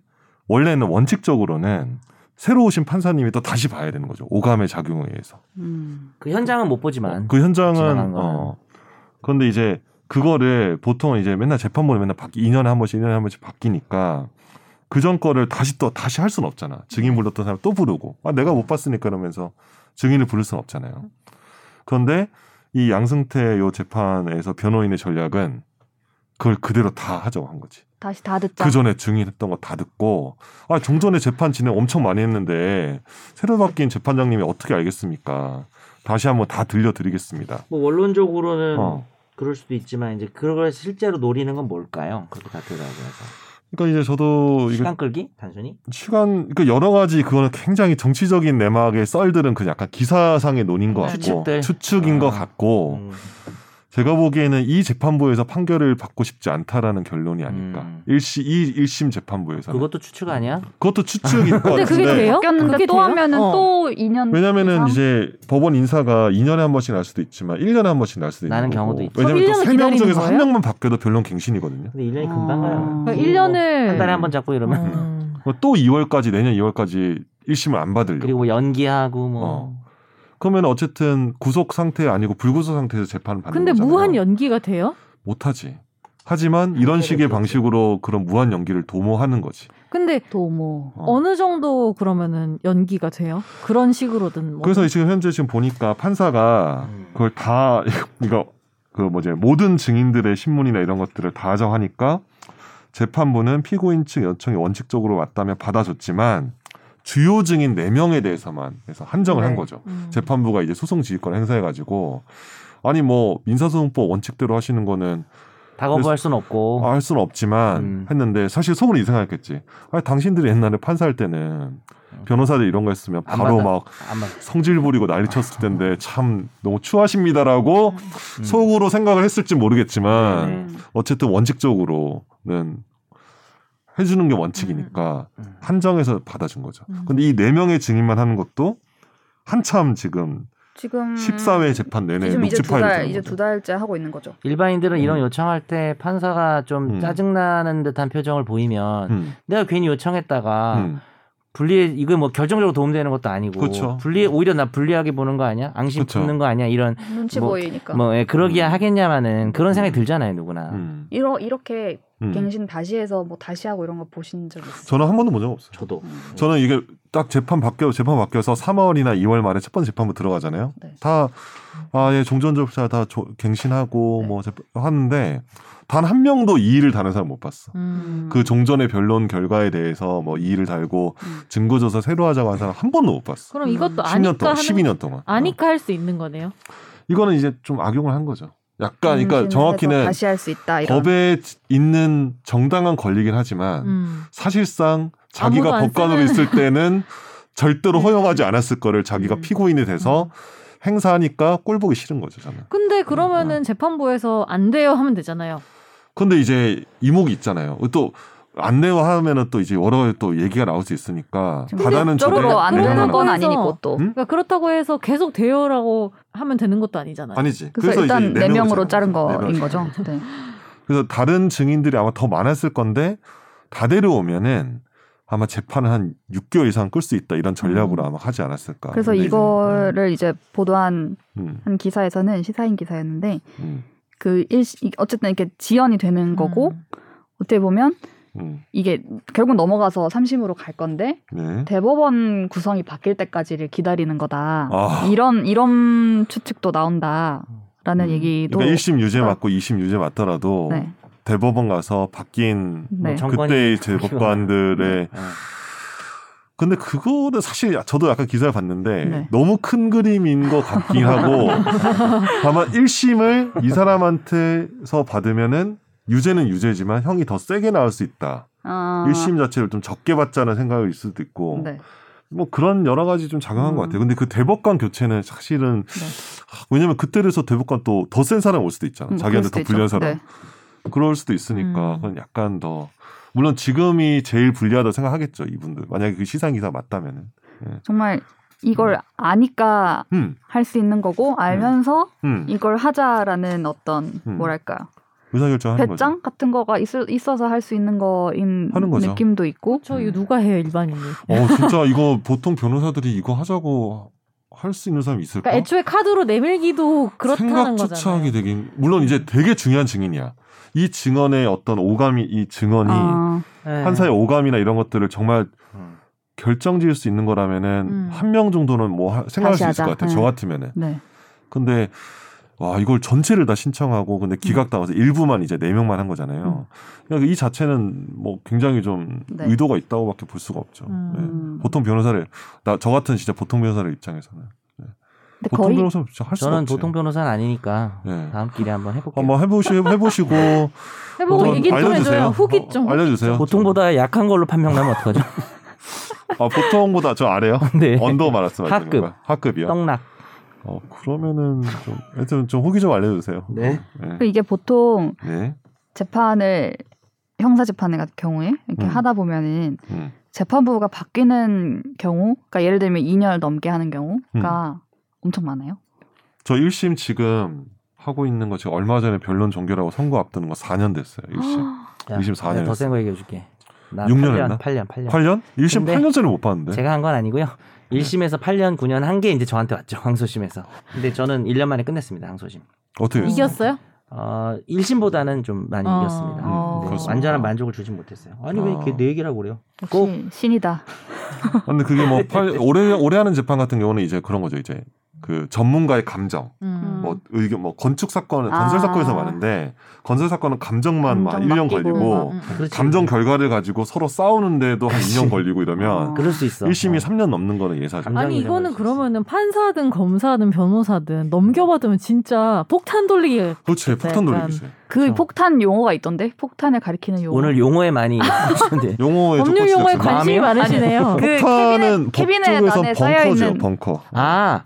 Speaker 2: 원래는 원칙적으로는 새로 오신 판사님이 또 다시 봐야 되는 거죠 오감의 작용에 의해서
Speaker 4: 음.
Speaker 3: 그 현장은 못 보지만
Speaker 2: 그
Speaker 3: 지나간
Speaker 2: 현장은
Speaker 3: 거는.
Speaker 2: 어 그런데 이제 그거를 보통 이제 맨날 재판부는 맨날 바뀌 2년에 한 번씩 1년에 한 번씩 바뀌니까 그전 거를 다시 또 다시 할 수는 없잖아 증인 불렀던 사람 또 부르고 아 내가 못 봤으니까 그러면서 증인을 부를 수는 없잖아요 그런데 이 양승태 요 재판에서 변호인의 전략은 그걸 그대로 다 하자고 한 거지.
Speaker 1: 다시 다 듣자.
Speaker 2: 그 전에 증인했던 거 다 듣고 아 종전에 재판 진행 엄청 많이 했는데 새로 바뀐 재판장님이 어떻게 알겠습니까? 다시 한번 다 들려드리겠습니다.
Speaker 3: 뭐 원론적으로는
Speaker 2: 어.
Speaker 3: 그럴 수도 있지만 이제 그걸 실제로 노리는 건 뭘까요? 그렇게 다투라고 해서
Speaker 2: 그러니까 이제 저도 이거
Speaker 3: 시간 끌기 단순히
Speaker 2: 시간 그러니까 여러 가지 그거는 굉장히 정치적인 내막의 썰들은 그 약간 기사상의 논인 것 같고
Speaker 3: 추측들.
Speaker 2: 추측인 것
Speaker 3: 아.
Speaker 2: 같고
Speaker 3: 음.
Speaker 2: 제가 보기에는 이 재판부에서 판결을 받고 싶지 않다라는 결론이 아닐까.
Speaker 3: 음.
Speaker 2: 일시 이 일심 재판부에서는
Speaker 3: 그것도 추측 아니야?
Speaker 2: 그것도 추측일 것
Speaker 4: 근데
Speaker 2: 같은데.
Speaker 4: 그게 돼요?
Speaker 1: 바뀌었는데
Speaker 4: 그게
Speaker 1: 또
Speaker 4: 돼요?
Speaker 1: 하면은
Speaker 4: 어.
Speaker 1: 또 2년
Speaker 2: 왜냐면은
Speaker 1: 이상?
Speaker 2: 이제 법원 인사가 2년에 한 번씩 날 수도 있지만 1년에 한 번씩 날 수도 있는
Speaker 3: 나는
Speaker 2: 거고.
Speaker 3: 경우도 있죠.
Speaker 4: 그럼
Speaker 2: 왜냐면
Speaker 4: 1년을
Speaker 2: 또세명
Speaker 4: 기다리는
Speaker 2: 중에서
Speaker 4: 거예요?
Speaker 2: 한 명만 바뀌어도 변론 갱신이거든요.
Speaker 3: 근데 1년이
Speaker 1: 어.
Speaker 3: 금방 가요.
Speaker 1: 그러니까 어.
Speaker 3: 뭐
Speaker 4: 1년을 음.
Speaker 3: 한 달에 한 번 잡고 이러면
Speaker 2: 뭐또 2월까지 내년 2월까지 1심을 안 받으려고.
Speaker 3: 그리고 뭐 연기하고 뭐
Speaker 2: 어. 그러면 어쨌든 구속 상태 아니고 불구속 상태에서 재판을 받는
Speaker 4: 근데
Speaker 2: 거잖아요.
Speaker 4: 무한 연기가 돼요?
Speaker 2: 못 하지. 하지만 이런 식의
Speaker 3: 그렇죠.
Speaker 2: 방식으로 그런 무한 연기를 도모하는 거지.
Speaker 4: 근데
Speaker 1: 도모.
Speaker 2: 어.
Speaker 4: 어느 정도 그러면은 연기가 돼요? 그런 식으로든 뭐.
Speaker 2: 그래서 지금 현재 지금 보니까 판사가
Speaker 3: 음.
Speaker 2: 그걸 다 이거 그 뭐지 모든 증인들의 신문이나 이런 것들을 다 저하니까 재판부는 피고인 측 요청이 원칙적으로 맞다면 받아줬지만 주요 증인 4명에 대해서만 해서 한정을
Speaker 1: 네.
Speaker 2: 한 거죠.
Speaker 4: 음.
Speaker 2: 재판부가 이제 소송 지휘권 을 행사해가지고 아니 뭐 민사소송법 원칙대로 하시는 거는
Speaker 3: 다 거부할 순 없고
Speaker 2: 알 수는 없지만
Speaker 3: 어. 음.
Speaker 2: 했는데 사실 소문이 이상했겠지. 아니 당신들이 옛날에 판사할 때는 변호사들 이런 거 했으면
Speaker 3: 안
Speaker 2: 바로
Speaker 3: 받아.
Speaker 2: 막
Speaker 3: 안 맞.
Speaker 2: 성질 부리고 난리 쳤을 텐데 참 너무 추하십니다라고
Speaker 3: 음.
Speaker 2: 속으로 생각을 했을지 모르겠지만
Speaker 1: 음.
Speaker 3: 네.
Speaker 2: 어쨌든 원칙적으로는 해주는 게 원칙이니까
Speaker 3: 음.
Speaker 2: 한정해서 받아준 거죠.
Speaker 4: 음.
Speaker 2: 근데 이 네 명의 증인만 하는 것도 한참 지금
Speaker 1: 지금
Speaker 2: 14회 재판 내내
Speaker 1: 지금 음. 이제
Speaker 2: 녹취
Speaker 1: 두
Speaker 2: 파일
Speaker 1: 달
Speaker 2: 들은
Speaker 1: 이제
Speaker 2: 거죠.
Speaker 1: 두 달째 하고 있는 거죠.
Speaker 3: 일반인들은 이런
Speaker 2: 음.
Speaker 3: 요청할 때 판사가 좀
Speaker 2: 음.
Speaker 3: 짜증나는 듯한 표정을 보이면
Speaker 2: 음,
Speaker 3: 내가 괜히 요청했다가
Speaker 2: 음.
Speaker 3: 불리해 이거 뭐 결정적으로 도움되는 것도 아니고
Speaker 2: 그쵸.
Speaker 3: 불리 오히려 나 불리하게 보는 거 아니야? 앙심
Speaker 2: 그쵸.
Speaker 3: 품는 거 아니야? 이런
Speaker 1: 눈치
Speaker 3: 뭐,
Speaker 1: 보이니까.
Speaker 3: 뭐 예, 그러기야
Speaker 2: 음.
Speaker 3: 하겠냐마는 그런 생각이
Speaker 2: 음.
Speaker 3: 들잖아요 누구나.
Speaker 2: 음,
Speaker 1: 이러 이렇게
Speaker 2: 음.
Speaker 1: 갱신 다시 해서 뭐 다시 하고 이런 거 보신 적 있어요?
Speaker 2: 저는 한 번도 본 적 없어요.
Speaker 3: 저도
Speaker 2: 저는 이게 딱 재판 바뀌어 재판 바뀌어서 3월이나 2월 말에 첫 번째 재판부 들어가잖아요.
Speaker 1: 네.
Speaker 2: 다아예 종전접사 다 조- 갱신하고
Speaker 1: 네.
Speaker 2: 뭐 재판- 하는데 단 한 명도 이의를 다는 사람 못 봤어.
Speaker 4: 음.
Speaker 2: 그 종전의 변론 결과에 대해서 뭐 이의를 달고
Speaker 1: 음.
Speaker 2: 증거 조사 새로 하자고 한 사람 한 번도 못 봤어.
Speaker 4: 그럼 이것도
Speaker 2: 10년
Speaker 4: 아니까
Speaker 2: 동안,
Speaker 4: 하는
Speaker 2: 12년 동안. 어.
Speaker 4: 아니까 할 수 있는 거네요.
Speaker 2: 이거는 이제 좀 악용을 한 거죠. 약간
Speaker 4: 음,
Speaker 2: 그러니까
Speaker 1: 갱신을 해서
Speaker 2: 정확히는
Speaker 1: 다시 할 수 있다 이런.
Speaker 2: 법에 있는 정당한 권리긴 하지만
Speaker 4: 음.
Speaker 2: 사실상
Speaker 4: 아무도
Speaker 2: 자기가
Speaker 4: 안 쓰는.
Speaker 2: 법관으로
Speaker 4: 음.
Speaker 2: 있을 때는 절대로 허용하지 않았을 거를 자기가
Speaker 1: 음.
Speaker 2: 피고인이 돼서 행사하니까 꼴 보기 싫은 거죠, 저는.
Speaker 4: 근데
Speaker 2: 음.
Speaker 4: 그러면은 재판부에서 안 돼요 하면 되잖아요.
Speaker 2: 근데 이제 이목이 있잖아요. 그 또 안내와 하면은 또 이제 여러 가지 또 얘기가 나올 수 있으니까
Speaker 1: 지금
Speaker 2: 바다는
Speaker 1: 저로
Speaker 2: 저대로
Speaker 1: 안
Speaker 2: 내려놔라.
Speaker 1: 되는 건
Speaker 4: 거라서.
Speaker 1: 아니니고 또.
Speaker 2: 음?
Speaker 4: 그러니까 그렇다고 해서 계속 돼요라고 하면 되는 것도
Speaker 3: 네.
Speaker 4: 아니잖아요.
Speaker 2: 아니지.
Speaker 1: 그래서, 일단
Speaker 2: 이제
Speaker 1: 네
Speaker 2: 네
Speaker 1: 명으로 자른
Speaker 2: 거잖아요. 네
Speaker 1: 거인
Speaker 2: 명.
Speaker 1: 거죠. 네.
Speaker 2: 그래서 다른 증인들이 아마 더 많았을 건데 다 데려오면은 아마 재판을 한 6개월 이상 끌 수 있다 이런 전략으로 아마 네, 하지 않았을까.
Speaker 1: 음. 그래서
Speaker 2: 근데 이제,
Speaker 1: 이거를 이제 보도한
Speaker 2: 음,
Speaker 1: 한 기사에서는 시사인 기사였는데
Speaker 2: 음,
Speaker 1: 그 일, 어쨌든 이렇게 지연이 되는 거고
Speaker 4: 음.
Speaker 1: 어떻게 보면
Speaker 2: 음,
Speaker 1: 이게 결국 넘어가서 삼심으로 갈 건데
Speaker 2: 네.
Speaker 1: 대법원 구성이 바뀔 때까지를 기다리는 거다.
Speaker 2: 아.
Speaker 1: 이런 이런 추측도 나온다라는
Speaker 2: 음.
Speaker 1: 얘기도
Speaker 2: 그러니까 1심 유죄
Speaker 1: 있어요.
Speaker 2: 맞고 2심 유죄 맞더라도
Speaker 1: 아. 네.
Speaker 2: 대법원 가서 바뀐
Speaker 1: 네.
Speaker 3: 정- 정권이
Speaker 2: 그때의
Speaker 3: 바뀌거나.
Speaker 2: 대법관들의
Speaker 3: 예.
Speaker 2: 근데 그거는 사실 저도 약간 기사를 봤는데
Speaker 1: 네.
Speaker 2: 너무 큰 그림인 것 같긴 하고 다만 1심을 이 사람한테서 받으면은 유죄는 유죄지만 형이 더 세게 나올 수 있다.
Speaker 1: 아,
Speaker 2: 1심 자체를 좀 적게 받자는 생각일 수도 있고
Speaker 1: 네.
Speaker 2: 뭐 그런 여러 가지 좀 작용한
Speaker 1: 음. 네.
Speaker 2: 것 같아요. 근데 그 대법관 교체는 사실은 하, 왜냐면 그때로서 대법관 또 더 센 사람 올 수도 있잖아.
Speaker 1: 음, 그럴
Speaker 2: 어, 자기한테
Speaker 1: 수도
Speaker 2: 더
Speaker 1: 있죠.
Speaker 2: 불리한 사람.
Speaker 1: 네.
Speaker 2: 그럴 수도 있으니까
Speaker 4: 음.
Speaker 2: 그건 약간 더 물론 지금이 제일 불리하다 생각하겠죠 이분들 만약에 그 시상 기사 맞다면은
Speaker 1: 정말 이걸 아니까
Speaker 2: 음,
Speaker 1: 할 수 있는 거고 알면서
Speaker 2: 음.
Speaker 1: 이걸 하자라는 어떤
Speaker 2: 음.
Speaker 1: 뭐랄까요
Speaker 2: 의사결정하는 거죠.
Speaker 1: 배짱 같은 거가 있, 있어서 할 수 있는 거인
Speaker 2: 하는 거죠.
Speaker 1: 느낌도 있고
Speaker 4: 저
Speaker 2: 음.
Speaker 4: 이거 누가 해요 일반인이? 그러니까
Speaker 2: 어 진짜 이거 보통 변호사들이 이거 하자고 할 수 있는 사람이 있을까?
Speaker 4: 그러니까 애초에 카드로 내밀기도 그렇다는
Speaker 2: 어? 생각조차
Speaker 4: 거잖아요.
Speaker 2: 하게 되긴 물론 이제 되게 중요한 증인이야. 이 증언의 어떤 오감이 이 증언이
Speaker 1: 아,
Speaker 4: 네.
Speaker 3: 예.
Speaker 2: 판사의 오감이나 이런 것들을 정말
Speaker 3: 음.
Speaker 2: 결정지을 수 있는 거라면은
Speaker 4: 음.
Speaker 2: 한 명 정도는 뭐 하- 생각할
Speaker 1: 다시
Speaker 2: 수 있을
Speaker 1: 하자.
Speaker 2: 것 같아요.
Speaker 1: 네.
Speaker 2: 저 같으면은
Speaker 1: 네.
Speaker 2: 근데 와 이걸 전체를 다 신청하고 근데
Speaker 4: 음.
Speaker 2: 기각당해서 일부만 이제 네 명만 한 거잖아요. 그러니까 이 자체는 뭐 굉장히 좀
Speaker 1: 네.
Speaker 2: 의도가 있다고밖에 볼 수가 없죠.
Speaker 4: 음.
Speaker 2: 네. 보통 변호사를 나 저 같은 진짜 보통 변호사를 입장에서는
Speaker 1: 근데
Speaker 2: 보통
Speaker 1: 거의
Speaker 2: 변호사 진짜 할 수가
Speaker 3: 저는
Speaker 2: 없지.
Speaker 3: 보통 변호사는 아니니까
Speaker 2: 예.
Speaker 3: 다음 길에 한번 해볼게요.
Speaker 2: 한번 해보시 해보시고
Speaker 4: 해보고
Speaker 2: 한번
Speaker 4: 얘기 좀 해줘요. 후기
Speaker 2: 어,
Speaker 4: 좀.
Speaker 2: 알려주세요.
Speaker 3: 보통보다 약한 걸로 판명나면 어떡하죠?
Speaker 2: 아 보통보다 저 아래요.
Speaker 3: 네.
Speaker 2: 언더 말았어
Speaker 3: 하급.
Speaker 2: 하급이요.
Speaker 3: 떡락.
Speaker 2: 어 그러면은 좀 하여튼 좀 후기 좀 알려주세요.
Speaker 3: 네.
Speaker 1: 그 이게 보통
Speaker 2: 네.
Speaker 1: 재판을 형사 재판의 같은 경우에 이렇게
Speaker 2: 음.
Speaker 1: 하다 보면은
Speaker 2: 음.
Speaker 1: 재판부가
Speaker 2: 재판부가
Speaker 1: 바뀌는 경우, 그러니까 예를 들면 2년 넘게 하는
Speaker 3: 음.
Speaker 1: 경우가 엄청 많아요.
Speaker 2: 저 1심 지금 하고 있는 거 지금 얼마 전에 변론 종결하고 선거 앞두는 거 4년 됐어요.
Speaker 3: 그렇죠.
Speaker 2: 1심.
Speaker 3: 아.
Speaker 2: 24 년이었어.
Speaker 3: 더센 거 얘기해줄게. 나
Speaker 2: 6년
Speaker 3: 8년,
Speaker 2: 했나?
Speaker 3: 8년, 8년.
Speaker 2: 8년? 네. 1심
Speaker 3: 근데
Speaker 2: 8년 전에 못 봤는데.
Speaker 3: 제가 한 건 아니고요. 1심에서 8년, 9년 한 게 이제 저한테 왔죠. 항소심에서. 근데 저는 1년 만에 끝냈습니다. 항소심.
Speaker 2: 어떻게 됐어요?
Speaker 4: 이겼어요?
Speaker 3: 어, 1심보다는 좀 많이
Speaker 4: 어.
Speaker 3: 이겼습니다.
Speaker 4: 어.
Speaker 3: 네,
Speaker 2: 그렇습니다.
Speaker 3: 완전한 만족을 주진 못했어요. 아니 왜 이렇게
Speaker 2: 어.
Speaker 3: 내 얘기라고 그래요?
Speaker 1: 역시
Speaker 3: 꼭
Speaker 1: 신이다.
Speaker 2: 근데 그게 뭐 8, 올해 올해 하는 재판 같은 경우는 이제 그런 거죠. 이제 그 전문가의 감정,
Speaker 4: 음.
Speaker 2: 뭐 의견, 뭐 건축 사건은 건설
Speaker 1: 아.
Speaker 2: 사건에서 많은데 건설 사건은 감정만 막
Speaker 1: 감정
Speaker 2: 1년
Speaker 1: 맡기고
Speaker 2: 걸리고
Speaker 4: 음, 음.
Speaker 3: 그렇지. 네.
Speaker 2: 감정 결과를 가지고 서로 싸우는데도 한
Speaker 3: 그치.
Speaker 2: 2년 걸리고 이러면
Speaker 1: 어.
Speaker 3: 그럴 수 있어.
Speaker 2: 1심이
Speaker 3: 어.
Speaker 2: 3년 넘는 거는 예사죠.
Speaker 3: 감정-
Speaker 4: 아니
Speaker 3: 감정이 돼버릴
Speaker 4: 이거는
Speaker 3: 수
Speaker 4: 그러면은 판사든 검사든 변호사든 넘겨받으면 진짜 폭탄 돌리기
Speaker 2: 그렇지 폭탄
Speaker 4: 약간
Speaker 2: 돌리기죠.
Speaker 1: 그
Speaker 3: 그렇죠.
Speaker 1: 폭탄 용어가 있던데 폭탄을 가리키는 용어.
Speaker 3: 오늘 용어에 많이 있는데
Speaker 2: 용어에
Speaker 4: 법률
Speaker 2: 조건치가
Speaker 4: 용어에
Speaker 2: 있잖아요.
Speaker 4: 관심이
Speaker 3: 마음이요?
Speaker 4: 많으시네요.
Speaker 1: 그 캐비넷-
Speaker 2: 폭탄은 법조에서
Speaker 1: 캐비넷 안에
Speaker 2: 벙커죠
Speaker 1: 쌓여있는-
Speaker 2: 벙커.
Speaker 3: 아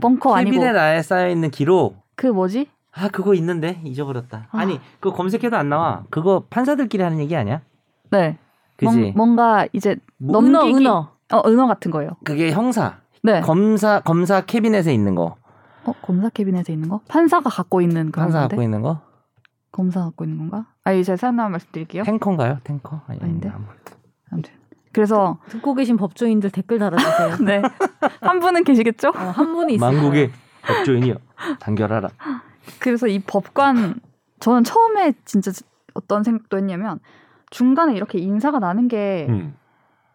Speaker 1: 벙커 아니고
Speaker 3: 캐비넷 아에 쌓여 있는 기록.
Speaker 1: 그 뭐지?
Speaker 3: 아 그거 있는데 잊어버렸다.
Speaker 1: 아.
Speaker 3: 아니 그거 검색해도 안 나와. 그거 판사들끼리 하는 얘기 아니야?
Speaker 1: 네.
Speaker 3: 그지?
Speaker 1: 뭔- 뭔가 이제
Speaker 3: 뭐,
Speaker 1: 넘-
Speaker 4: 은어
Speaker 1: 넘기기.
Speaker 4: 은어
Speaker 1: 어 은어 같은 거예요.
Speaker 3: 그게 형사
Speaker 1: 네.
Speaker 3: 검사 검사 캐비넷에 있는 거
Speaker 1: 어, 검사 캐비넷에 있는 거? 판사가 갖고 있는 그런
Speaker 3: 판사
Speaker 1: 건데?
Speaker 3: 갖고 있는 거
Speaker 1: 검사 갖고 있는 건가? 아, 이제 생각나면 말씀드릴게요.
Speaker 3: 탱커인가요? 탱커 아니,
Speaker 1: 아닌데?
Speaker 3: 아무래도.
Speaker 1: 아무튼. 그래서
Speaker 4: 듣고 계신 법조인들 댓글 달아주세요.
Speaker 1: 네. 한 분은 계시겠죠?
Speaker 4: 어, 한 분이 있어요.
Speaker 3: 망국의 법조인이요. 단결하라.
Speaker 1: 그래서 이 법관 저는 처음에 진짜 어떤 생각도 했냐면 중간에 이렇게 인사가 나는 게
Speaker 2: 음.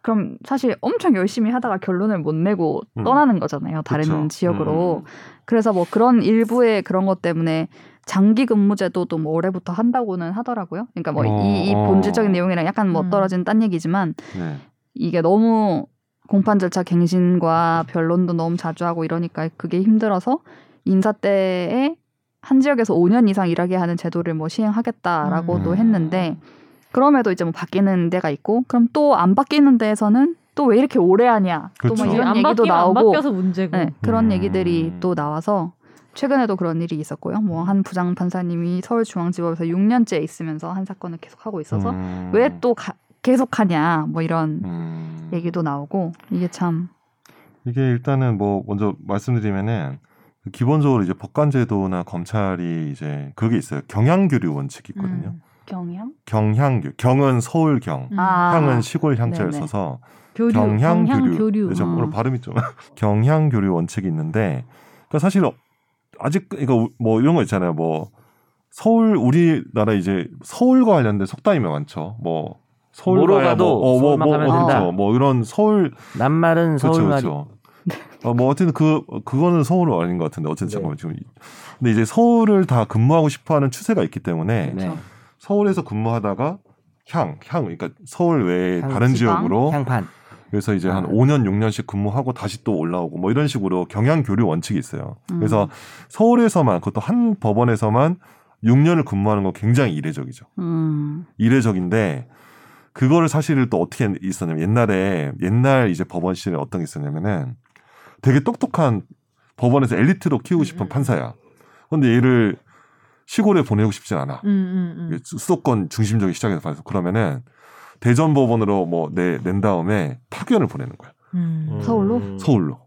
Speaker 1: 그럼 사실 엄청 열심히 하다가 결론을 못 내고
Speaker 2: 음.
Speaker 1: 떠나는 거잖아요. 다른
Speaker 2: 그쵸. 음,
Speaker 1: 지역으로. 그래서 뭐 그런 일부의 그런 것 때문에 장기 근무제도도 뭐 올해부터 한다고는 하더라고요. 그러니까 뭐 이
Speaker 2: 어, 어.
Speaker 1: 본질적인 내용이랑 약간 뭐
Speaker 4: 음.
Speaker 1: 떨어진 딴 얘기지만
Speaker 2: 네.
Speaker 1: 이게 너무 공판 절차 갱신과 변론도 너무 자주 하고 이러니까 그게 힘들어서 인사 때에 한 지역에서 5년 이상 일하게 하는 제도를 뭐 시행하겠다라고도
Speaker 3: 음.
Speaker 1: 했는데 그럼에도 이제 뭐 바뀌는 데가 있고 그럼 또 안 바뀌는 데에서는 또 왜 이렇게 오래 하냐 또
Speaker 2: 그쵸.
Speaker 1: 막
Speaker 4: 뭐 이제
Speaker 1: 이런
Speaker 4: 안
Speaker 1: 얘기도
Speaker 4: 바뀌면 안
Speaker 1: 나오고
Speaker 4: 바뀌어서 문제고.
Speaker 1: 네, 그런
Speaker 2: 그렇죠. 음.
Speaker 1: 얘기들이 또 나와서 최근에도 그런 일이 있었고요. 뭐 한 부장 판사님이 서울중앙지법에서 6년째 있으면서 한 사건을 계속 하고 있어서
Speaker 2: 음.
Speaker 1: 왜 또 계속하냐 뭐 이런
Speaker 2: 음.
Speaker 1: 얘기도 나오고 이게 참
Speaker 2: 이게 일단은 뭐 먼저 말씀드리면은 그 기본적으로 이제 법관제도나 검찰이 이제 그게 있어요. 경향교류 원칙이 있거든요.
Speaker 4: 음.
Speaker 1: 경향
Speaker 2: 경향교 경은 서울 경,
Speaker 4: 음.
Speaker 2: 향은 시골 향자를
Speaker 1: 아, 네네.
Speaker 2: 써서
Speaker 4: 교류,
Speaker 2: 경향교류.
Speaker 4: 경향교류. 아.
Speaker 2: 네, 저
Speaker 1: 음.
Speaker 2: 오늘 발음이 좀 경향교류 원칙이 있는데, 그러니까 사실 어- 아직 그러니까 우- 뭐 이런 거 있잖아요. 뭐 서울 우리나라 이제 서울과 관련된 속담이 많죠. 뭐 서울
Speaker 3: 뭐로
Speaker 2: 가야
Speaker 3: 가도
Speaker 2: 뭐, 어, 뭐,
Speaker 3: 서울만
Speaker 2: 뭐,
Speaker 3: 가면
Speaker 2: 그렇죠.
Speaker 3: 된다.
Speaker 2: 뭐 이런 서울
Speaker 3: 낱말은
Speaker 2: 그렇죠,
Speaker 3: 서울말이
Speaker 2: 그렇죠. 어, 뭐 어쨌든 그 그거는 서울은 아닌 것 같은데 어쨌든
Speaker 3: 네.
Speaker 2: 잠깐만 지금 이- 근데 이제 서울을 다 근무하고 싶어하는 추세가 있기 때문에
Speaker 3: 네.
Speaker 1: 그렇죠.
Speaker 2: 서울에서 근무하다가 향, 향 그러니까 서울 외에
Speaker 3: 향,
Speaker 2: 다른
Speaker 1: 지방,
Speaker 2: 지역으로
Speaker 3: 향판
Speaker 2: 그래서 이제 한
Speaker 4: 네.
Speaker 3: 아.
Speaker 2: 5년 6년씩 근무하고 다시 또 올라오고 뭐 이런 식으로 경향 교류 원칙이 있어요.
Speaker 4: 음.
Speaker 2: 그래서 서울에서만 그것도 한 법원에서만 6년을 근무하는 건 굉장히 이례적이죠.
Speaker 1: 음.
Speaker 2: 이례적인데 그거를 사실을 또 어떻게 있었냐면 옛날에 옛날 이제 법원 시절에 어떤 게 있었냐면은 되게 똑똑한 법원에서 엘리트로 키우고
Speaker 4: 음,
Speaker 2: 싶은
Speaker 4: 음.
Speaker 2: 판사야. 근데 얘를 시골에 보내고 싶진 않아.
Speaker 4: 음, 음, 음.
Speaker 2: 이게 수- 수도권 중심적인 시장에서 봐서 그러면은 대전 법원으로 뭐내낸 다음에 파견을 보내는 거야.
Speaker 4: 음.
Speaker 2: 어,
Speaker 1: 서울로?
Speaker 2: 서울로.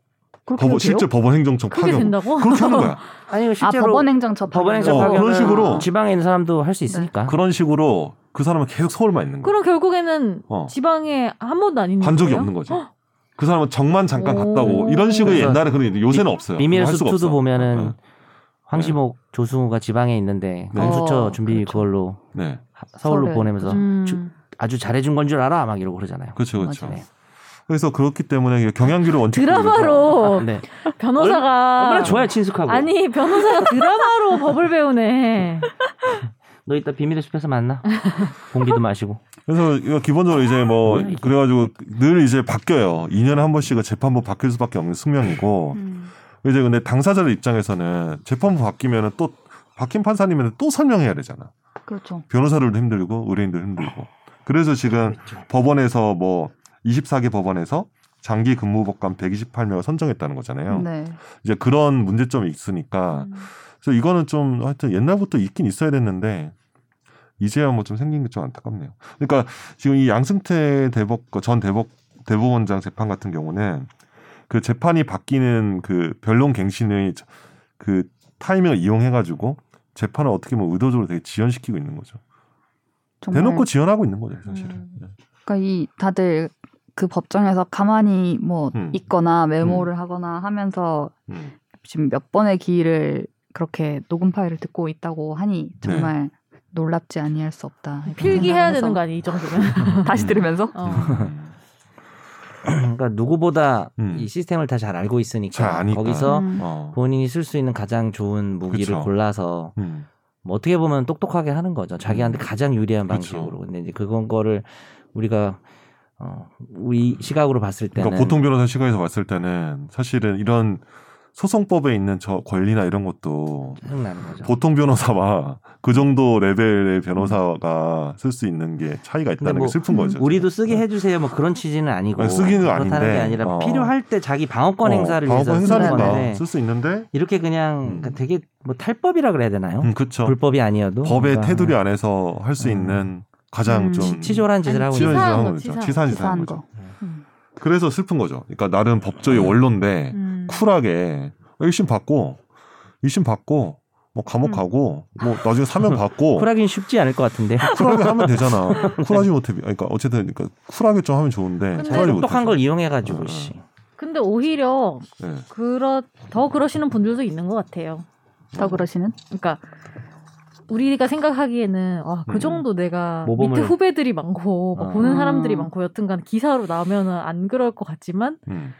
Speaker 1: 그렇게 해도
Speaker 2: 법원
Speaker 1: 돼요?
Speaker 2: 실제 법원 행정청
Speaker 4: 그게
Speaker 2: 파견.
Speaker 4: 된다고?
Speaker 2: 그렇게 하는 거야.
Speaker 3: 아니
Speaker 1: 아
Speaker 3: 실제로
Speaker 1: 법원 행정 접
Speaker 3: 법원 행정
Speaker 2: 어,
Speaker 3: 파견은
Speaker 2: 그런 식으로.
Speaker 3: 지방에 있는 사람도 할 수
Speaker 1: 네.
Speaker 3: 있으니까.
Speaker 2: 그런 식으로 그 사람은 계속 서울만 있는 거야.
Speaker 4: 그럼 결국에는
Speaker 2: 어.
Speaker 4: 지방에 한 번도 안 있는
Speaker 2: 간 적이
Speaker 4: 거예요?
Speaker 2: 없는 거지. 그 사람은 정만 잠깐
Speaker 4: 오.
Speaker 2: 갔다고 이런 식으로
Speaker 3: 그래서
Speaker 2: 옛날에 그런 요새는 없어요.
Speaker 3: 비밀의
Speaker 2: 뭐할 수가
Speaker 3: 수투도
Speaker 2: 없어.
Speaker 3: 보면은
Speaker 2: 어,
Speaker 3: 황시목 조승우가 지방에 있는데
Speaker 2: 네.
Speaker 3: 공수처
Speaker 1: 어,
Speaker 3: 준비
Speaker 1: 그렇죠.
Speaker 3: 그걸로
Speaker 2: 네,
Speaker 3: 서울로
Speaker 1: 서울에.
Speaker 3: 보내면서
Speaker 4: 음.
Speaker 3: 주- 아주 잘해준 건 줄 알아 막 이러고 그러잖아요.
Speaker 2: 그렇죠, 그렇죠.
Speaker 3: 맞아요.
Speaker 2: 그래서 그렇기 때문에 이게 경향기를 그러니까. 원칙
Speaker 4: 드라마로
Speaker 3: 네.
Speaker 2: 아,
Speaker 4: 변호사가
Speaker 3: 얼마나 좋아요 친숙하고.
Speaker 4: 아니 변호사가 드라마로 법을 배우네.
Speaker 3: 너 이따 비밀의 숲에서 만나. 공기도 마시고.
Speaker 2: 그래서 이거 기본적으로 이제 뭐
Speaker 3: 뭐야, 이게.
Speaker 2: 그래가지고 늘 이제 바뀌어요. 2년에 한 번씩은 재판부 바뀔 수밖에 없는 숙명이고
Speaker 3: 음.
Speaker 2: 이제 근데 당사자들 입장에서는 재판부 바뀌면은 또 바뀐 판사님은 또 설명해야 되잖아.
Speaker 1: 그렇죠.
Speaker 2: 변호사들도 힘들고 의뢰인도 힘들고. 그래서 지금 법원에서 뭐 24개 법원에서 장기 근무 법관 128명을 선정했다는 거잖아요.
Speaker 1: 네.
Speaker 2: 이제 그런 문제점이
Speaker 3: 아,
Speaker 4: 음.
Speaker 2: 있으니까 그래서 이거는 좀 하여튼 옛날부터 있긴 있어야 됐는데 이제야 뭐 좀 생긴 게 좀 안타깝네요. 그러니까 지금 이 양승태 대법 전 대법 대법원장 재판 같은 경우는 그 재판이 바뀌는 그 변론 갱신의 그 타이밍을 이용해 가지고 재판을 어떻게 보면 의도적으로 되게 지연시키고 있는 거죠.
Speaker 1: 정말
Speaker 2: 대놓고 지연하고 있는 거죠, 사실은.
Speaker 1: 그러니까 이 다들 그 법정에서 가만히 뭐
Speaker 2: 음.
Speaker 1: 있거나 메모를 하거나 하면서
Speaker 2: 음.
Speaker 1: 지금 몇 번의 기회를 그렇게 녹음 파일을 듣고 있다고 하니
Speaker 2: 네.
Speaker 1: 정말 놀랍지 아니할 수 없다. 이렇게
Speaker 4: 필기해야
Speaker 1: 생각을
Speaker 4: 되는
Speaker 1: 해서
Speaker 4: 거 아니 이 정도면?
Speaker 1: 다시 들으면서
Speaker 4: 어.
Speaker 2: 음.
Speaker 3: 그러니까 누구보다
Speaker 2: 음.
Speaker 3: 이 시스템을 다 잘 알고
Speaker 2: 잘
Speaker 3: 있으니까
Speaker 2: 아니까.
Speaker 3: 거기서
Speaker 1: 음.
Speaker 2: 어.
Speaker 3: 본인이 쓸 수 있는 가장 좋은 무기를
Speaker 2: 그쵸.
Speaker 3: 골라서
Speaker 2: 음.
Speaker 3: 뭐 어떻게 보면 똑똑하게 하는 거죠. 자기한테 가장 유리한
Speaker 2: 그쵸.
Speaker 3: 방식으로. 근데 이제 그건 거를 우리가 어 우리 시각으로 봤을 때는
Speaker 2: 그러니까 보통 변호사 시각에서 봤을 때는 사실은 이런 소송법에 있는 저 권리나 이런 것도
Speaker 3: 짜증나는 거죠.
Speaker 2: 보통 변호사와 그 정도 레벨의 변호사가 쓸 수 있는 게 차이가 있다는 네.
Speaker 3: 뭐
Speaker 2: 게 슬픈 거죠.
Speaker 3: 우리도 쓰게 해주세요. 뭐 그런 취지는 아니고
Speaker 2: 아니, 쓰기는
Speaker 3: 그렇다는
Speaker 2: 아닌데.
Speaker 3: 게 아니라
Speaker 2: 어.
Speaker 3: 필요할 때 자기 방어권 행사를
Speaker 2: 방어
Speaker 3: 위해서 쓰는 건데
Speaker 2: 행사니까 쓸 수 있는데
Speaker 3: 이렇게 그냥
Speaker 2: 음.
Speaker 3: 되게 뭐 탈법이라 그래야 되나요?
Speaker 2: 음, 그쵸.
Speaker 3: 불법이 아니어도
Speaker 2: 법의
Speaker 3: 뭔가
Speaker 2: 테두리 안에서 할 수
Speaker 3: 음.
Speaker 2: 있는 가장
Speaker 1: 음.
Speaker 2: 좀
Speaker 3: 치졸한 짓을
Speaker 4: 아니,
Speaker 3: 하고
Speaker 4: 치졸-
Speaker 3: 있는
Speaker 4: 치사한
Speaker 2: 치사한
Speaker 4: 거,
Speaker 2: 거죠. 치사한,
Speaker 1: 치사한
Speaker 4: 치사한.
Speaker 2: 짓을
Speaker 1: 거.
Speaker 2: 하는 거죠. 음. 그래서 슬픈 거죠. 그러니까 나름 법조의
Speaker 3: 음.
Speaker 4: 음.
Speaker 2: 원로인데 쿨하게 일심 받고 일심 받고 뭐 감옥
Speaker 1: 음.
Speaker 2: 가고 뭐 나중에 사면 받고
Speaker 3: 쿨하긴 쉽지 않을 것 같은데
Speaker 2: 쿨하게 하면 되잖아. 쿨하지 못해. 그러니까 어쨌든 그러니까 쿨하게 좀 하면 좋은데
Speaker 4: 근데
Speaker 2: 쿨하지
Speaker 3: 똑똑한
Speaker 2: 못해.
Speaker 3: 걸 이용해가지고
Speaker 2: 어.
Speaker 3: 씨.
Speaker 4: 근데 오히려
Speaker 2: 예.
Speaker 4: 그러 더 그러시는 분들도 있는 것 같아요.
Speaker 1: 더 그러시는?
Speaker 4: 그러니까 우리가 생각하기에는 아, 그
Speaker 2: 음.
Speaker 4: 정도 내가
Speaker 3: 모범을-
Speaker 4: 밑에 후배들이 많고 막
Speaker 3: 아.
Speaker 4: 보는 사람들이
Speaker 1: 음.
Speaker 4: 많고 여튼간 기사로 나오면은 안 그럴 것 같지만
Speaker 2: 음,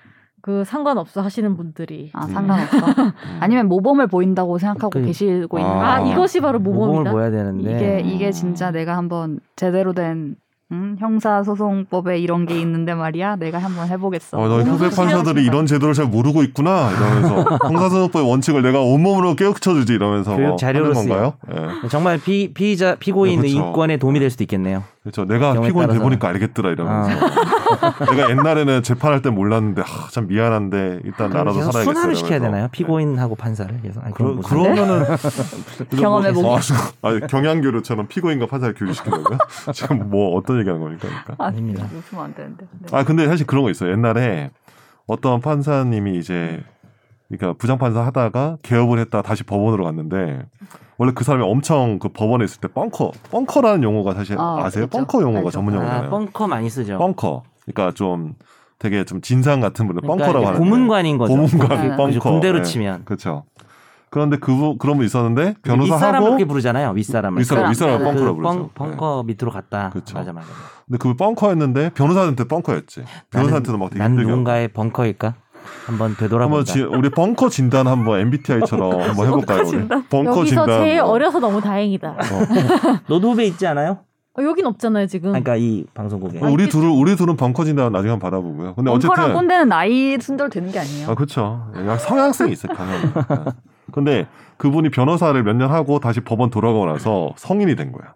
Speaker 4: 그 상관없어 하시는 분들이
Speaker 1: 아
Speaker 2: 음.
Speaker 1: 상관없어.
Speaker 2: 음.
Speaker 1: 아니면 모범을 보인다고 생각하고
Speaker 3: 그-
Speaker 1: 계시고 있는
Speaker 2: 아,
Speaker 1: 거
Speaker 4: 아, 이것이 바로
Speaker 3: 음, 모범을
Speaker 4: 모범이다.
Speaker 3: 보여야 되는데
Speaker 1: 이게
Speaker 2: 음.
Speaker 1: 이게 진짜 내가 한번 제대로 된 음, 형사소송법에 이런 게 있는데 말이야. 내가 한번 해보겠어.
Speaker 2: 어, 너희
Speaker 4: 너무
Speaker 2: 후배
Speaker 4: 신기하다,
Speaker 2: 판사들이
Speaker 4: 진짜.
Speaker 2: 이런 제도를 잘 모르고 있구나 이러면서 형사소송법의 원칙을 내가 온몸으로 깨우쳐주지 이러면서
Speaker 3: 교육
Speaker 2: 막
Speaker 3: 그 자료로
Speaker 2: 하는 건가요? 예.
Speaker 3: 네, 정말 피, 피의자 피고인의
Speaker 2: 네, 그렇죠.
Speaker 3: 인권에 도움이 될 수도 있겠네요.
Speaker 2: 그렇죠. 내가
Speaker 3: 경우에
Speaker 2: 피고인
Speaker 3: 따라서. 아.
Speaker 2: 돼보니까 알겠더라 이러면서 내가 옛날에는 재판할 때 몰랐는데 하, 참 미안한데 일단 나라도
Speaker 3: 그래서
Speaker 2: 살아야겠어.
Speaker 3: 순환을 시켜야
Speaker 2: 이러면서. 네.
Speaker 3: 되나요? 피고인하고 판사를 계속 아니, 그건
Speaker 2: 그러,
Speaker 3: 못하네.
Speaker 2: 그러면은
Speaker 1: 경험해보기.
Speaker 2: 아, 아니, 경향교류처럼 피고인과 판사를 교류시키려고요? 지금 뭐 어떤 얘기하는 겁니까? 그러니까.
Speaker 3: 아닙니다.
Speaker 1: 웃으면 안 되는데. 네.
Speaker 2: 아 근데 사실 그런 거 있어요. 옛날에 어떤 판사님이 이제 그러니까 부장 판사 하다가 개업을 했다 다시 법원으로 갔는데 원래 그 사람이 엄청 그 법원에 있을 때 뻥커 뻥커라는 용어가 사실
Speaker 1: 아,
Speaker 2: 아, 세요
Speaker 1: 그렇죠.
Speaker 2: 뻥커 용어가
Speaker 1: 알죠.
Speaker 2: 전문
Speaker 3: 아,
Speaker 2: 용어잖아요.
Speaker 3: 뻥커 많이 쓰죠.
Speaker 2: 벙커. 그러니까 좀 되게 좀 진상 같은 분을
Speaker 3: 그러니까
Speaker 2: 벙커라고
Speaker 3: 이제
Speaker 2: 하는데.
Speaker 3: 고문관인 거죠.
Speaker 2: 고문관,
Speaker 3: 그죠,
Speaker 2: 벙커.
Speaker 3: 군대로
Speaker 2: 예.
Speaker 3: 치면
Speaker 2: 그렇죠. 그런데 그분 그런 분 있었는데
Speaker 3: 윗사람을
Speaker 2: 변호사하고
Speaker 3: 그렇게 뭐 부르잖아요. 윗사람을.
Speaker 2: 윗사람 윗사람
Speaker 1: 그
Speaker 2: 벙커라고
Speaker 3: 그
Speaker 2: 그러죠. 네.
Speaker 3: 벙, 벙커 밑으로 갔다.
Speaker 2: 그쵸.
Speaker 3: 맞아 맞아.
Speaker 2: 예. 근데 그분 벙커였는데 변호사한테 벙커였지. 변호사한테도 막 되게
Speaker 3: 난
Speaker 2: 힘들게.
Speaker 3: 누군가의 벙커일까? 한번
Speaker 2: 한번
Speaker 3: 되돌아본다.
Speaker 2: 지- 우리 벙커 진단 한번 MBTI처럼 한번 해볼까요? 우리? 벙커
Speaker 4: 여기서
Speaker 2: 진단.
Speaker 4: 제일
Speaker 2: 뭐.
Speaker 4: 어려서 너무 다행이다.
Speaker 2: 어.
Speaker 3: 너도 후배 있지 않아요?
Speaker 4: 어, 여긴 없잖아요 지금.
Speaker 3: 아니, 그러니까 이 방송국에.
Speaker 2: 어. 우리 둘은 우리 둘은 벙커 진단 나중에 한번 받아보고요. 근데
Speaker 1: 벙커랑
Speaker 2: 어쨌든
Speaker 1: 꼰대는 나이 순대로 되는 게 아니에요.
Speaker 2: 아 그렇죠. 약 성향성이 있어요 변호사. 근데 그분이 변호사를 몇 년 하고 다시 법원 돌아가고 나서 성인이 된 거야.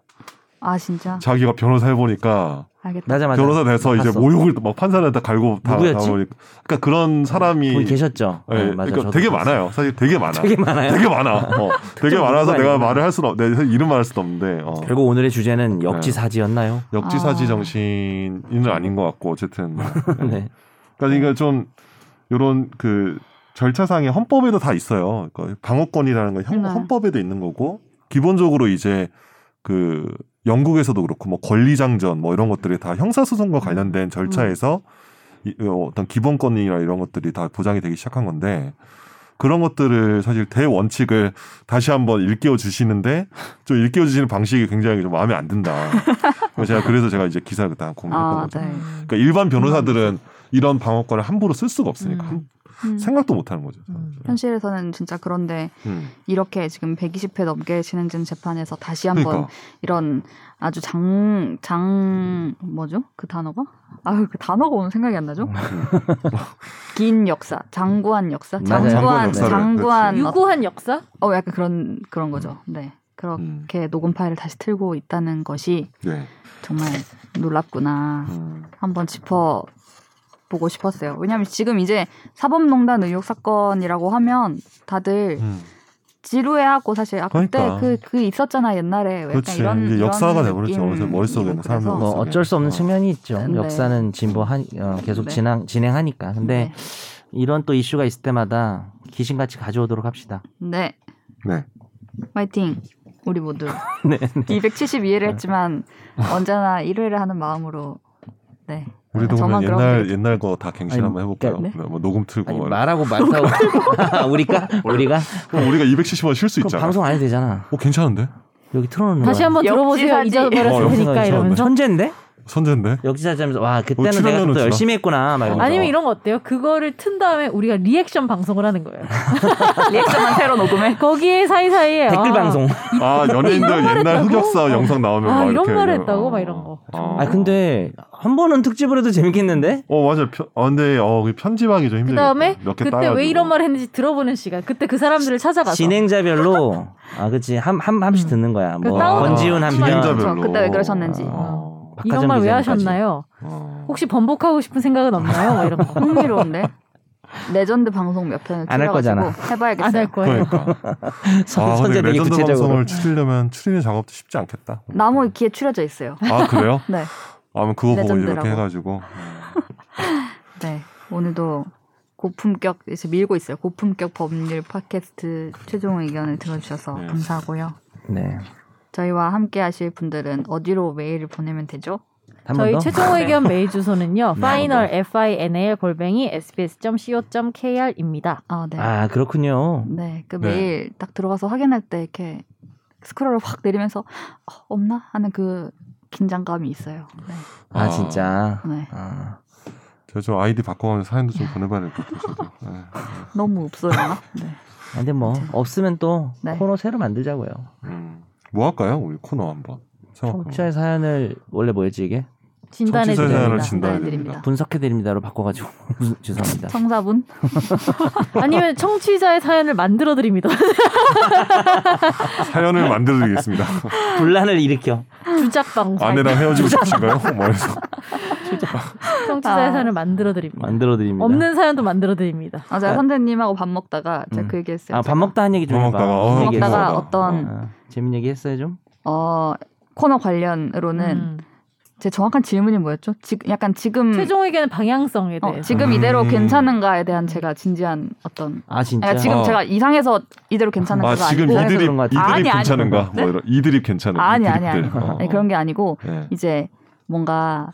Speaker 1: 아 진짜.
Speaker 2: 자기가 네. 변호사 해보니까
Speaker 1: 알겠다.
Speaker 3: 맞아 맞아.
Speaker 2: 변호사 돼서 이제
Speaker 3: 봤어.
Speaker 2: 모욕을 또막 판사한테 갈고 다
Speaker 3: 누구였지?
Speaker 2: 나오니까 그러니까 그런 사람이
Speaker 3: 거기 계셨죠.
Speaker 2: 예,
Speaker 3: 네, 맞아.
Speaker 2: 그러니까
Speaker 3: 저도
Speaker 2: 되게
Speaker 3: 봤어요.
Speaker 2: 많아요. 사실 되게 많아.
Speaker 3: 되게 많아요.
Speaker 2: 되게 많아. 어, 되게
Speaker 3: 특정
Speaker 2: 많아서
Speaker 3: 누구가
Speaker 2: 내가
Speaker 3: 있구나.
Speaker 2: 말을 할 수는 없, 내 이름 말할 수도 없는데 어.
Speaker 3: 결국 오늘의 주제는 역지사지였나요?
Speaker 2: 역지사지
Speaker 1: 아.
Speaker 2: 정신은 아닌 것 같고 어쨌든 뭐.
Speaker 3: 네.
Speaker 2: 그러니까 이게 좀 이런 그 절차상에 헌법에도 다 있어요. 그러니까 방어권이라는 건 형-
Speaker 1: 네.
Speaker 2: 헌법에도 있는 거고 기본적으로 이제 그 영국에서도 그렇고 뭐 권리장전 뭐 이런 것들이 다 형사소송과 관련된 절차에서
Speaker 1: 음.
Speaker 2: 이, 어, 어떤 기본권이나 이런 것들이 다 보장이 되기 시작한 건데 그런 것들을 사실 대원칙을 다시 한번 일깨워 주시는데 좀 일깨워 주시는 방식이 굉장히 좀 마음에 안 든다. 그래서 제가 그래서 제가 이제 기사를 그때 공부했던
Speaker 1: 아
Speaker 2: 거죠.
Speaker 1: 네.
Speaker 4: 음.
Speaker 2: 그러니까 일반 변호사들은 이런 방어권을 함부로 쓸 수가 없으니까
Speaker 4: 음.
Speaker 1: 음.
Speaker 2: 생각도 못 하는 거죠.
Speaker 4: 음.
Speaker 1: 현실에서는 진짜 그런데
Speaker 2: 음.
Speaker 1: 이렇게 지금 120회 넘게 진행된 재판에서 다시 한번
Speaker 2: 그러니까
Speaker 1: 이런 아주 장 장 뭐죠 그 단어가 아 그 단어가 오늘 생각이 안 나죠 긴 역사 장구한 역사
Speaker 3: 맞아요.
Speaker 2: 장구한
Speaker 1: 장구한
Speaker 2: 역사를,
Speaker 3: 그-
Speaker 1: 장구한 어,
Speaker 4: 유구한 역사?
Speaker 1: 어 약간 그런 그런 거죠 네 그렇게
Speaker 2: 음.
Speaker 1: 녹음 파일을 다시 틀고 있다는 것이
Speaker 2: 네.
Speaker 1: 정말 놀랍구나
Speaker 2: 음.
Speaker 1: 한번 짚어 보고 싶었어요 왜냐하면 지금 이제 사법농단 의혹 사건이라고 하면 다들
Speaker 2: 음.
Speaker 1: 지루해하고 사실 아 그때
Speaker 2: 그러니까.
Speaker 1: 그 그 있었잖아 옛날에 약간
Speaker 2: 그렇지.
Speaker 1: 이런
Speaker 2: 이게
Speaker 1: 이런
Speaker 2: 역사가 돼버렸죠.
Speaker 1: 느낌이고
Speaker 2: 어디서 머릿속에 있는 사람들
Speaker 1: 그래서
Speaker 3: 뭐 어쩔 수 없는
Speaker 2: 어.
Speaker 3: 측면이 있죠.
Speaker 1: 네.
Speaker 3: 역사는 진보한 어, 계속
Speaker 1: 네.
Speaker 3: 진행 진행하니까. 근데
Speaker 1: 네.
Speaker 3: 이런 또 이슈가 있을 때마다 귀신같이 가져오도록 합시다.
Speaker 1: 네
Speaker 2: 네.
Speaker 1: 파이팅 우리 모두
Speaker 3: 네.
Speaker 1: 272회를 했지만 언제나 1회를 하는 마음으로 네
Speaker 2: 우리도 보면
Speaker 1: 저만 그런
Speaker 2: 옛날 옛날 거 다 갱신
Speaker 3: 아니,
Speaker 2: 한번 해볼까요?
Speaker 1: 그러니까
Speaker 2: 뭐 녹음 틀고.
Speaker 3: 아니,
Speaker 2: 막
Speaker 3: 말하고 말하고 아, 우리가 우리가
Speaker 2: 그럼 우리가 270원 쉴 수
Speaker 3: 그럼
Speaker 2: 있잖아.
Speaker 3: 방송 안 해도 되잖아.
Speaker 2: 어 괜찮은데?
Speaker 3: 여기 틀어놓는
Speaker 4: 다시
Speaker 3: 거야.
Speaker 4: 한번 들어보세요.
Speaker 1: 역지사지.
Speaker 4: 잊어버렸을
Speaker 2: 어,
Speaker 4: 테니까
Speaker 3: 생각이
Speaker 4: 이러면서.
Speaker 3: 천재인데?
Speaker 2: 선제인데.
Speaker 3: 역지사지하면서 와 그때는
Speaker 2: 출연료는
Speaker 3: 내가 또
Speaker 2: 주나?
Speaker 3: 열심히 했구나 막 이러면서.
Speaker 4: 아니면 이런 거 어때요? 그거를 튼 다음에 우리가 리액션 방송을 하는 거예요.
Speaker 1: 리액션만 새로 녹음해.
Speaker 4: 거기에 사이사이에
Speaker 3: 댓글
Speaker 4: 아,
Speaker 3: 방송.
Speaker 2: 아
Speaker 4: 이런 말
Speaker 2: 연예인들 옛날
Speaker 4: 했다고?
Speaker 2: 흑역사 영상 나오면
Speaker 4: 아,
Speaker 2: 막
Speaker 4: 이런
Speaker 2: 이렇게
Speaker 4: 말을
Speaker 2: 그냥,
Speaker 4: 했다고?
Speaker 2: 어.
Speaker 4: 막 이런 거.
Speaker 2: 어.
Speaker 3: 아 근데 한 번은 특집으로 해도 재밌겠는데?
Speaker 2: 어 맞아. 편, 어, 근데 어그 편집하기 좀 힘들어.
Speaker 4: 그다음에
Speaker 2: 몇개
Speaker 4: 그때
Speaker 2: 네. 따가지고.
Speaker 4: 왜 이런 말을 했는지 들어보는 시간. 그때 그 사람들을 찾아가서
Speaker 3: 진행자별로 아 그치 한한 한씩
Speaker 4: 음.
Speaker 3: 듣는 거야.
Speaker 4: 그
Speaker 3: 뭐
Speaker 4: 다운로드
Speaker 3: 권지훈 한 편.
Speaker 2: 아, 진행자별로.
Speaker 1: 저 그때 왜 그러셨는지.
Speaker 2: 어.
Speaker 4: 이런 말 왜
Speaker 3: 아,
Speaker 4: 하셨나요?
Speaker 2: 어.
Speaker 4: 혹시 번복하고 싶은 생각은 없나요? 뭐 이런 거.
Speaker 1: 흥미로운데. 레전드 방송 몇 편을
Speaker 3: 안할 거잖아.
Speaker 1: 틀어가지고
Speaker 4: 안
Speaker 1: 해봐야겠어요.
Speaker 4: 할 거예요.
Speaker 2: 그러니까. 아, 근데
Speaker 3: 선제들이
Speaker 2: 레전드
Speaker 3: 구체적으로.
Speaker 2: 방송을 추리려면 추리는 작업도 쉽지 않겠다.
Speaker 1: 나무 위키에 추려져 있어요.
Speaker 2: 아 그래요?
Speaker 1: 네.
Speaker 2: 아, 그럼 그거 보고
Speaker 1: 레전드라고.
Speaker 2: 이렇게 해가지고.
Speaker 1: 네. 오늘도 고품격 이제 밀고 있어요. 고품격 법률 팟캐스트 최종 의견을 들어주셔서
Speaker 2: 네.
Speaker 1: 감사하고요.
Speaker 3: 네.
Speaker 1: 저희와 함께 하실 분들은 어디로 메일을 보내면 되죠?
Speaker 3: 한 번
Speaker 4: 저희
Speaker 3: 더.
Speaker 4: 최종 의견 메일 주소는요.
Speaker 3: 네.
Speaker 4: final f i n a l 골뱅이 sbs.co.kr입니다.
Speaker 1: 아, 네.
Speaker 3: 아 그렇군요.
Speaker 1: 네. 그
Speaker 2: 네.
Speaker 1: 메일 딱 들어가서 확인할 때 이렇게 스크롤을 확 내리면서 어, 없나 하는 그 긴장감이 있어요. 네.
Speaker 3: 아 진짜.
Speaker 1: 네.
Speaker 3: 아.
Speaker 2: 제가 좀 아이디 바꿔가면서 사연도 좀 보내봐야 될 것 같아요. 저도. 네.
Speaker 1: 너무 없어요. 네.
Speaker 3: 아, 근데 뭐
Speaker 1: 아무튼.
Speaker 3: 없으면 또
Speaker 1: 네.
Speaker 3: 코너 새로 만들자고요.
Speaker 2: 음. 뭐 할까요? 우리 코너 한번.
Speaker 3: 청취자의 사연을 원래 뭐였지 이게
Speaker 4: 진단해
Speaker 2: 청취자 사연을
Speaker 4: 드립니다.
Speaker 2: 진단해
Speaker 1: 진단해드립니다.
Speaker 2: 드립니다.
Speaker 3: 분석해 드립니다로 바꿔가지고 무슨- 죄송합니다.
Speaker 1: 청사분?
Speaker 4: 아니면 청취자의 사연을 만들어 드립니다.
Speaker 2: 사연을 만들어드리겠습니다.
Speaker 3: 분란을 일으켜.
Speaker 4: 주작방 사연.
Speaker 2: 아내랑 네. 헤어지고 싶으신가요? 뭐 해서.
Speaker 4: 청취자의
Speaker 1: 아.
Speaker 4: 사연을 만들어 드립니다.
Speaker 3: 만들어 드립니다.
Speaker 4: 없는 사연도 만들어 드립니다.
Speaker 1: 아, 제가 선생님하고 밥 먹다가 제가
Speaker 3: 음.
Speaker 1: 그 얘기했어요.
Speaker 3: 아밥 먹다 한 얘기 좀
Speaker 2: 네. 밥
Speaker 3: 해봐.
Speaker 2: 먹다가, 어,
Speaker 3: 무슨
Speaker 1: 밥
Speaker 3: 얘기
Speaker 1: 먹다가
Speaker 3: 했어?
Speaker 2: 먹어봐.
Speaker 1: 네. 어떤
Speaker 3: 아, 재밌는 얘기 했어요 좀?
Speaker 1: 어, 코너 관련으로는
Speaker 4: 음.
Speaker 1: 제 정확한 질문이 뭐였죠? 지, 약간 지금
Speaker 4: 최종 네. 의견의 방향성에
Speaker 1: 어,
Speaker 4: 대해서.
Speaker 1: 지금
Speaker 2: 음.
Speaker 1: 이대로 괜찮은가에 대한 제가 진지한 어떤
Speaker 3: 아 진짜.
Speaker 1: 그러니까 지금
Speaker 2: 어.
Speaker 1: 제가 이상해서 이대로 괜찮은가
Speaker 2: 아, 지금
Speaker 1: 아니고
Speaker 3: 이들-
Speaker 2: 이드립,
Speaker 3: 그런 것
Speaker 2: 이드립
Speaker 3: 같아요.
Speaker 1: 아니, 아니.
Speaker 2: 괜찮은가? 뭐 이런. 이드립 괜찮은가?
Speaker 1: 아니, 아니, 아니.
Speaker 2: 어.
Speaker 1: 아니, 그런 게 아니고
Speaker 2: 예.
Speaker 1: 이제 뭔가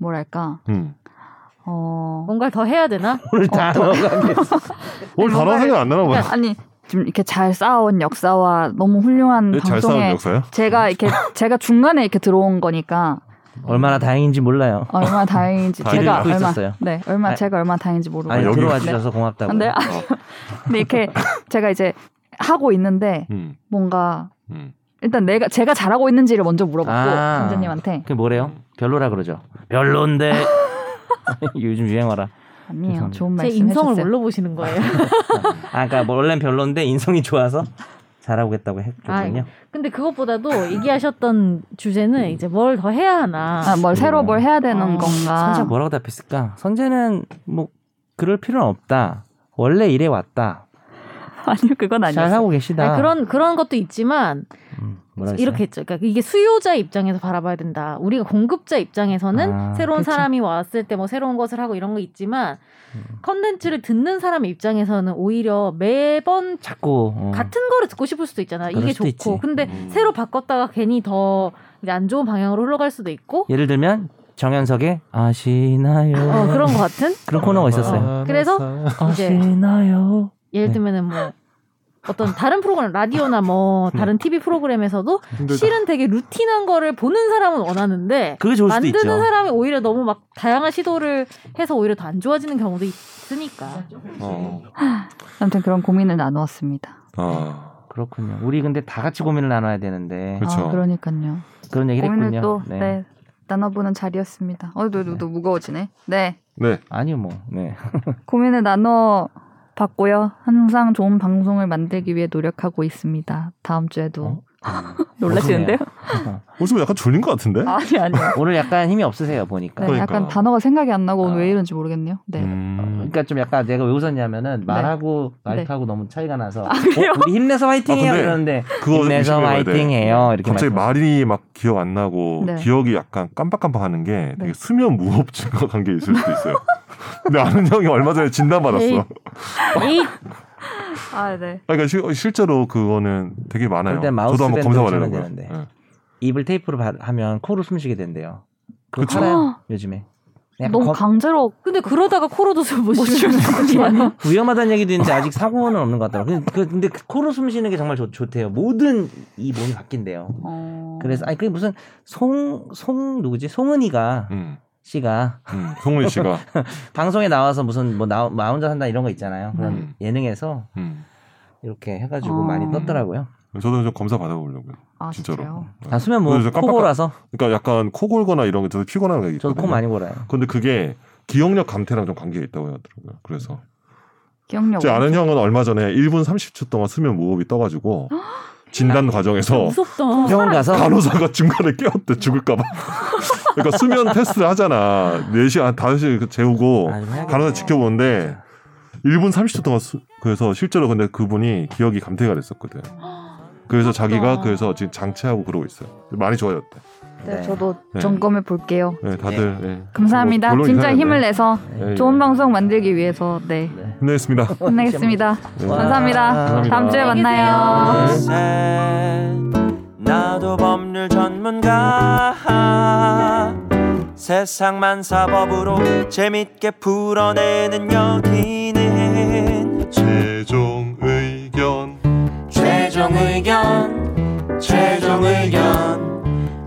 Speaker 1: 뭐랄까
Speaker 2: 음.
Speaker 1: 어
Speaker 4: 뭔가를 더 해야 되나?
Speaker 3: 오늘 다 넘어가겠어.
Speaker 2: 오늘 단어
Speaker 1: 뭔가를-
Speaker 2: 생각 안 나나 봐요.
Speaker 1: 그러니까 아니 좀 이렇게 잘 쌓아온 역사와 너무 훌륭한
Speaker 2: 네, 잘 싸운
Speaker 1: 방송에
Speaker 2: 역사요?
Speaker 1: 제가 이렇게 제가 중간에 이렇게 들어온 거니까
Speaker 3: 얼마나 다행인지 몰라요.
Speaker 1: 얼마나 다행인지
Speaker 2: 다행이다.
Speaker 1: 제가
Speaker 3: 듣고
Speaker 1: 얼마
Speaker 3: 있었어요.
Speaker 1: 네 얼마
Speaker 3: 아니,
Speaker 1: 제가 얼마나 다행인지 모르고
Speaker 3: 아니
Speaker 2: 여기-
Speaker 3: 들어와 주셔서 고맙다고.
Speaker 1: 근데 근데 이렇게 제가 이제 하고 있는데
Speaker 2: 음.
Speaker 1: 뭔가
Speaker 2: 음.
Speaker 1: 일단 내가 제가 잘하고 있는지를 먼저 물어봤고
Speaker 3: 아.
Speaker 1: 선생님한테
Speaker 3: 그게 뭐래요? 별로라 그러죠. 별론데. 요즘 유행어라.
Speaker 1: 아니에요
Speaker 3: 죄송합니다.
Speaker 1: 좋은
Speaker 4: 제
Speaker 1: 말씀
Speaker 4: 인성을
Speaker 1: 해주세요.
Speaker 4: 뭘로 보시는 거예요?
Speaker 3: 아 그러니까 뭐 원래는 별론데 인성이 좋아서 잘하고겠다고 했거든요.
Speaker 4: 근데 그것보다도 얘기하셨던 주제는 이제 뭘 더 해야 하나.
Speaker 1: 아, 뭘 새로 뭘 해야 되는
Speaker 4: 어,
Speaker 1: 건가?
Speaker 3: 선재 뭐라고 답했을까? 선재는 뭐 그럴 필요는 없다. 원래 이래 왔다.
Speaker 1: 아니요, 그건
Speaker 3: 잘
Speaker 1: 아니었어요.
Speaker 3: 하고 계시다.
Speaker 4: 아니, 그런 그런 것도 있지만
Speaker 3: 음, 뭐라 그랬어요?
Speaker 4: 이렇게 했죠. 그러니까 이게 수요자 입장에서 바라봐야 된다. 우리가 공급자 입장에서는
Speaker 3: 아,
Speaker 4: 새로운
Speaker 1: 그쵸.
Speaker 4: 사람이 왔을 때 뭐 새로운 것을 하고 이런 거 있지만
Speaker 3: 음.
Speaker 4: 컨텐츠를 듣는 사람의 입장에서는 오히려 매번
Speaker 3: 자꾸 어.
Speaker 4: 같은 거를 듣고 싶을 수도 있잖아.
Speaker 3: 그럴
Speaker 4: 이게
Speaker 3: 수도
Speaker 4: 좋고.
Speaker 3: 있지.
Speaker 4: 근데
Speaker 2: 음.
Speaker 4: 새로 바꿨다가 괜히 더 안 좋은 방향으로 흘러갈 수도 있고.
Speaker 3: 예를 들면 정현석의 아시나요?
Speaker 4: 어, 그런 거 같은?
Speaker 3: 그런 코너가 있었어요.
Speaker 2: 아,
Speaker 4: 그래서 이제
Speaker 3: 아시나요?
Speaker 4: 예를
Speaker 3: 네.
Speaker 4: 들면은 뭐 어떤 다른 프로그램 라디오나
Speaker 3: 네.
Speaker 4: 뭐 다른 TV 프로그램에서도
Speaker 2: 아. 힘들다.
Speaker 4: 실은 되게 루틴한 거를 보는 사람은 원하는데
Speaker 3: 그게 좋을 수도
Speaker 4: 만드는
Speaker 3: 있죠.
Speaker 4: 사람이 오히려 너무 막 다양한 시도를 해서 오히려 더 안 좋아지는 경우도 있으니까.
Speaker 2: 어.
Speaker 1: 아무튼 그런 고민을 나누었습니다.
Speaker 2: 아.
Speaker 3: 그렇군요. 우리 근데 다 같이 고민을 나눠야 되는데
Speaker 2: 그쵸.
Speaker 1: 아, 그러니까요.
Speaker 4: 그렇죠.
Speaker 3: 그런 얘기를
Speaker 1: 고민을
Speaker 3: 했군요.
Speaker 1: 또 네. 나눠보는 자리였습니다. 어, 너, 너, 너 무거워지네. 네,
Speaker 2: 네.
Speaker 3: 아니요 뭐. 네.
Speaker 1: 고민을 나눠 봤고요. 항상 좋은 방송을 만들기 위해 노력하고 있습니다. 다음 주에도
Speaker 3: 어?
Speaker 1: 놀라시는데요?
Speaker 2: 요즘 약간 졸린 것 같은데?
Speaker 1: 아니 아니요.
Speaker 3: 오늘 약간 힘이 없으세요 보니까.
Speaker 1: 네,
Speaker 2: 그러니까.
Speaker 1: 약간 단어가 생각이 안 나고 오늘 왜 이런지 모르겠네요. 네.
Speaker 3: 어,
Speaker 2: 음.
Speaker 3: 그러니까 좀 약간 내가 왜
Speaker 4: 네.
Speaker 3: 웃었냐면은 말하고 말투하고 너무 차이가 나서
Speaker 4: 아,
Speaker 3: 어, 우리 힘내서 화이팅해요
Speaker 2: 아, 근데
Speaker 3: 그러는데
Speaker 2: 그거 좀
Speaker 3: 힘내서
Speaker 2: 조심해봐야 돼.
Speaker 3: 화이팅해요 이렇게
Speaker 2: 갑자기
Speaker 3: 말씀-
Speaker 2: 말이 막 기억 안 나고
Speaker 1: 네.
Speaker 2: 기억이 약간 깜빡깜빡하는 게
Speaker 1: 네.
Speaker 2: 되게 수면 무호흡증과 관계 있을 수도 있어요. 근데 아는 형이 얼마 전에 진단
Speaker 4: 에이.
Speaker 2: 받았어.
Speaker 4: 에이,
Speaker 1: 아 네.
Speaker 2: 그러니까 실- 실제로 그거는 되게 많아요.
Speaker 3: 그때 마우스
Speaker 2: 저도 한번
Speaker 3: 밴드
Speaker 2: 검사 받으려고
Speaker 3: 쓰면 되는데.
Speaker 2: 요 네.
Speaker 3: 입을 테이프로 바- 하면 코로 숨쉬게 된대요. 그거
Speaker 2: 그쵸.
Speaker 3: 팔아요 요즘에. 약간
Speaker 1: 너무
Speaker 3: 거-
Speaker 1: 강제로
Speaker 4: 근데 그러다가 코로도술 못뭐 쉬는 거야.
Speaker 3: 어. 위험하다는 얘기도 있는데 아직 사고는 없는 것 같더라고요. 근데, 그- 근데 그 코로 숨 쉬는 게 정말 좋, 좋대요. 모든 이 몸이 바뀐대요.
Speaker 1: 어...
Speaker 3: 음. 그래서 아니 그게 무슨 송, 송 누구지? 송은이가
Speaker 2: 음,
Speaker 3: 씨가
Speaker 2: 음, 송은 씨가
Speaker 3: 방송에 나와서 무슨 뭐 나, 나 혼자 산다 이런 거 있잖아요. 그런
Speaker 2: 음.
Speaker 3: 예능에서
Speaker 2: 음.
Speaker 3: 이렇게 해가지고
Speaker 1: 어.
Speaker 3: 많이 떴더라고요.
Speaker 2: 저도 좀 검사 받아보려고요.
Speaker 1: 아,
Speaker 2: 진짜로.
Speaker 1: 진짜요?
Speaker 3: 아, 수면 뭐
Speaker 2: 그래서 깜빡-
Speaker 3: 코골아서
Speaker 2: 그러니까 약간 코 골거나 이런 게 저도 피곤한 거
Speaker 3: 저도
Speaker 2: 있거든요.
Speaker 3: 코 많이 골아요.
Speaker 1: 어,
Speaker 2: 근데 그게 기억력 감퇴랑 좀 관계가 있다고 하더라고요. 그래서
Speaker 1: 기억력.
Speaker 2: 제 아는 형은 얼마 전에 1분 30초 동안 수면 무호흡이 떠가지고 진단 과정에서
Speaker 4: 무섭다.
Speaker 3: 병원 가서
Speaker 2: 간호사가 중간에 깨웠대 죽을까봐. 그러니까 수면 테스트를 하잖아. 4시간 5시 재우고
Speaker 3: 아, 좀 해야겠다.
Speaker 2: 간호사 지켜보는데 1분 30초 동안 수- 그래서 실제로 근데 그분이 기억이 감퇴가 됐었거든. 그래서 자기가 그래서 지금 장치하고 그러고 있어요. 많이 좋아졌대.
Speaker 1: 네,
Speaker 3: 네.
Speaker 1: 저도
Speaker 2: 네.
Speaker 1: 점검해 볼게요.
Speaker 2: 네, 다들 네.
Speaker 1: 감사합니다.
Speaker 2: 물론
Speaker 1: 진짜
Speaker 2: 이상한데.
Speaker 1: 힘을 내서
Speaker 2: 네,
Speaker 1: 좋은
Speaker 2: 네.
Speaker 1: 방송 만들기 위해서 네
Speaker 3: 네.
Speaker 2: 힘내겠습니다.
Speaker 1: 끝내겠습니다.
Speaker 2: 네.
Speaker 1: 감사합니다.
Speaker 3: 감사합니다.
Speaker 1: 다음 주에
Speaker 4: 안녕히 계세요.
Speaker 1: 만나요.
Speaker 5: 네. 셋. 나도 법률 전문가 세상만 사법으로 재밌게 풀어내는 여기는
Speaker 2: 최종 의견
Speaker 5: 최종 의견 최종 의견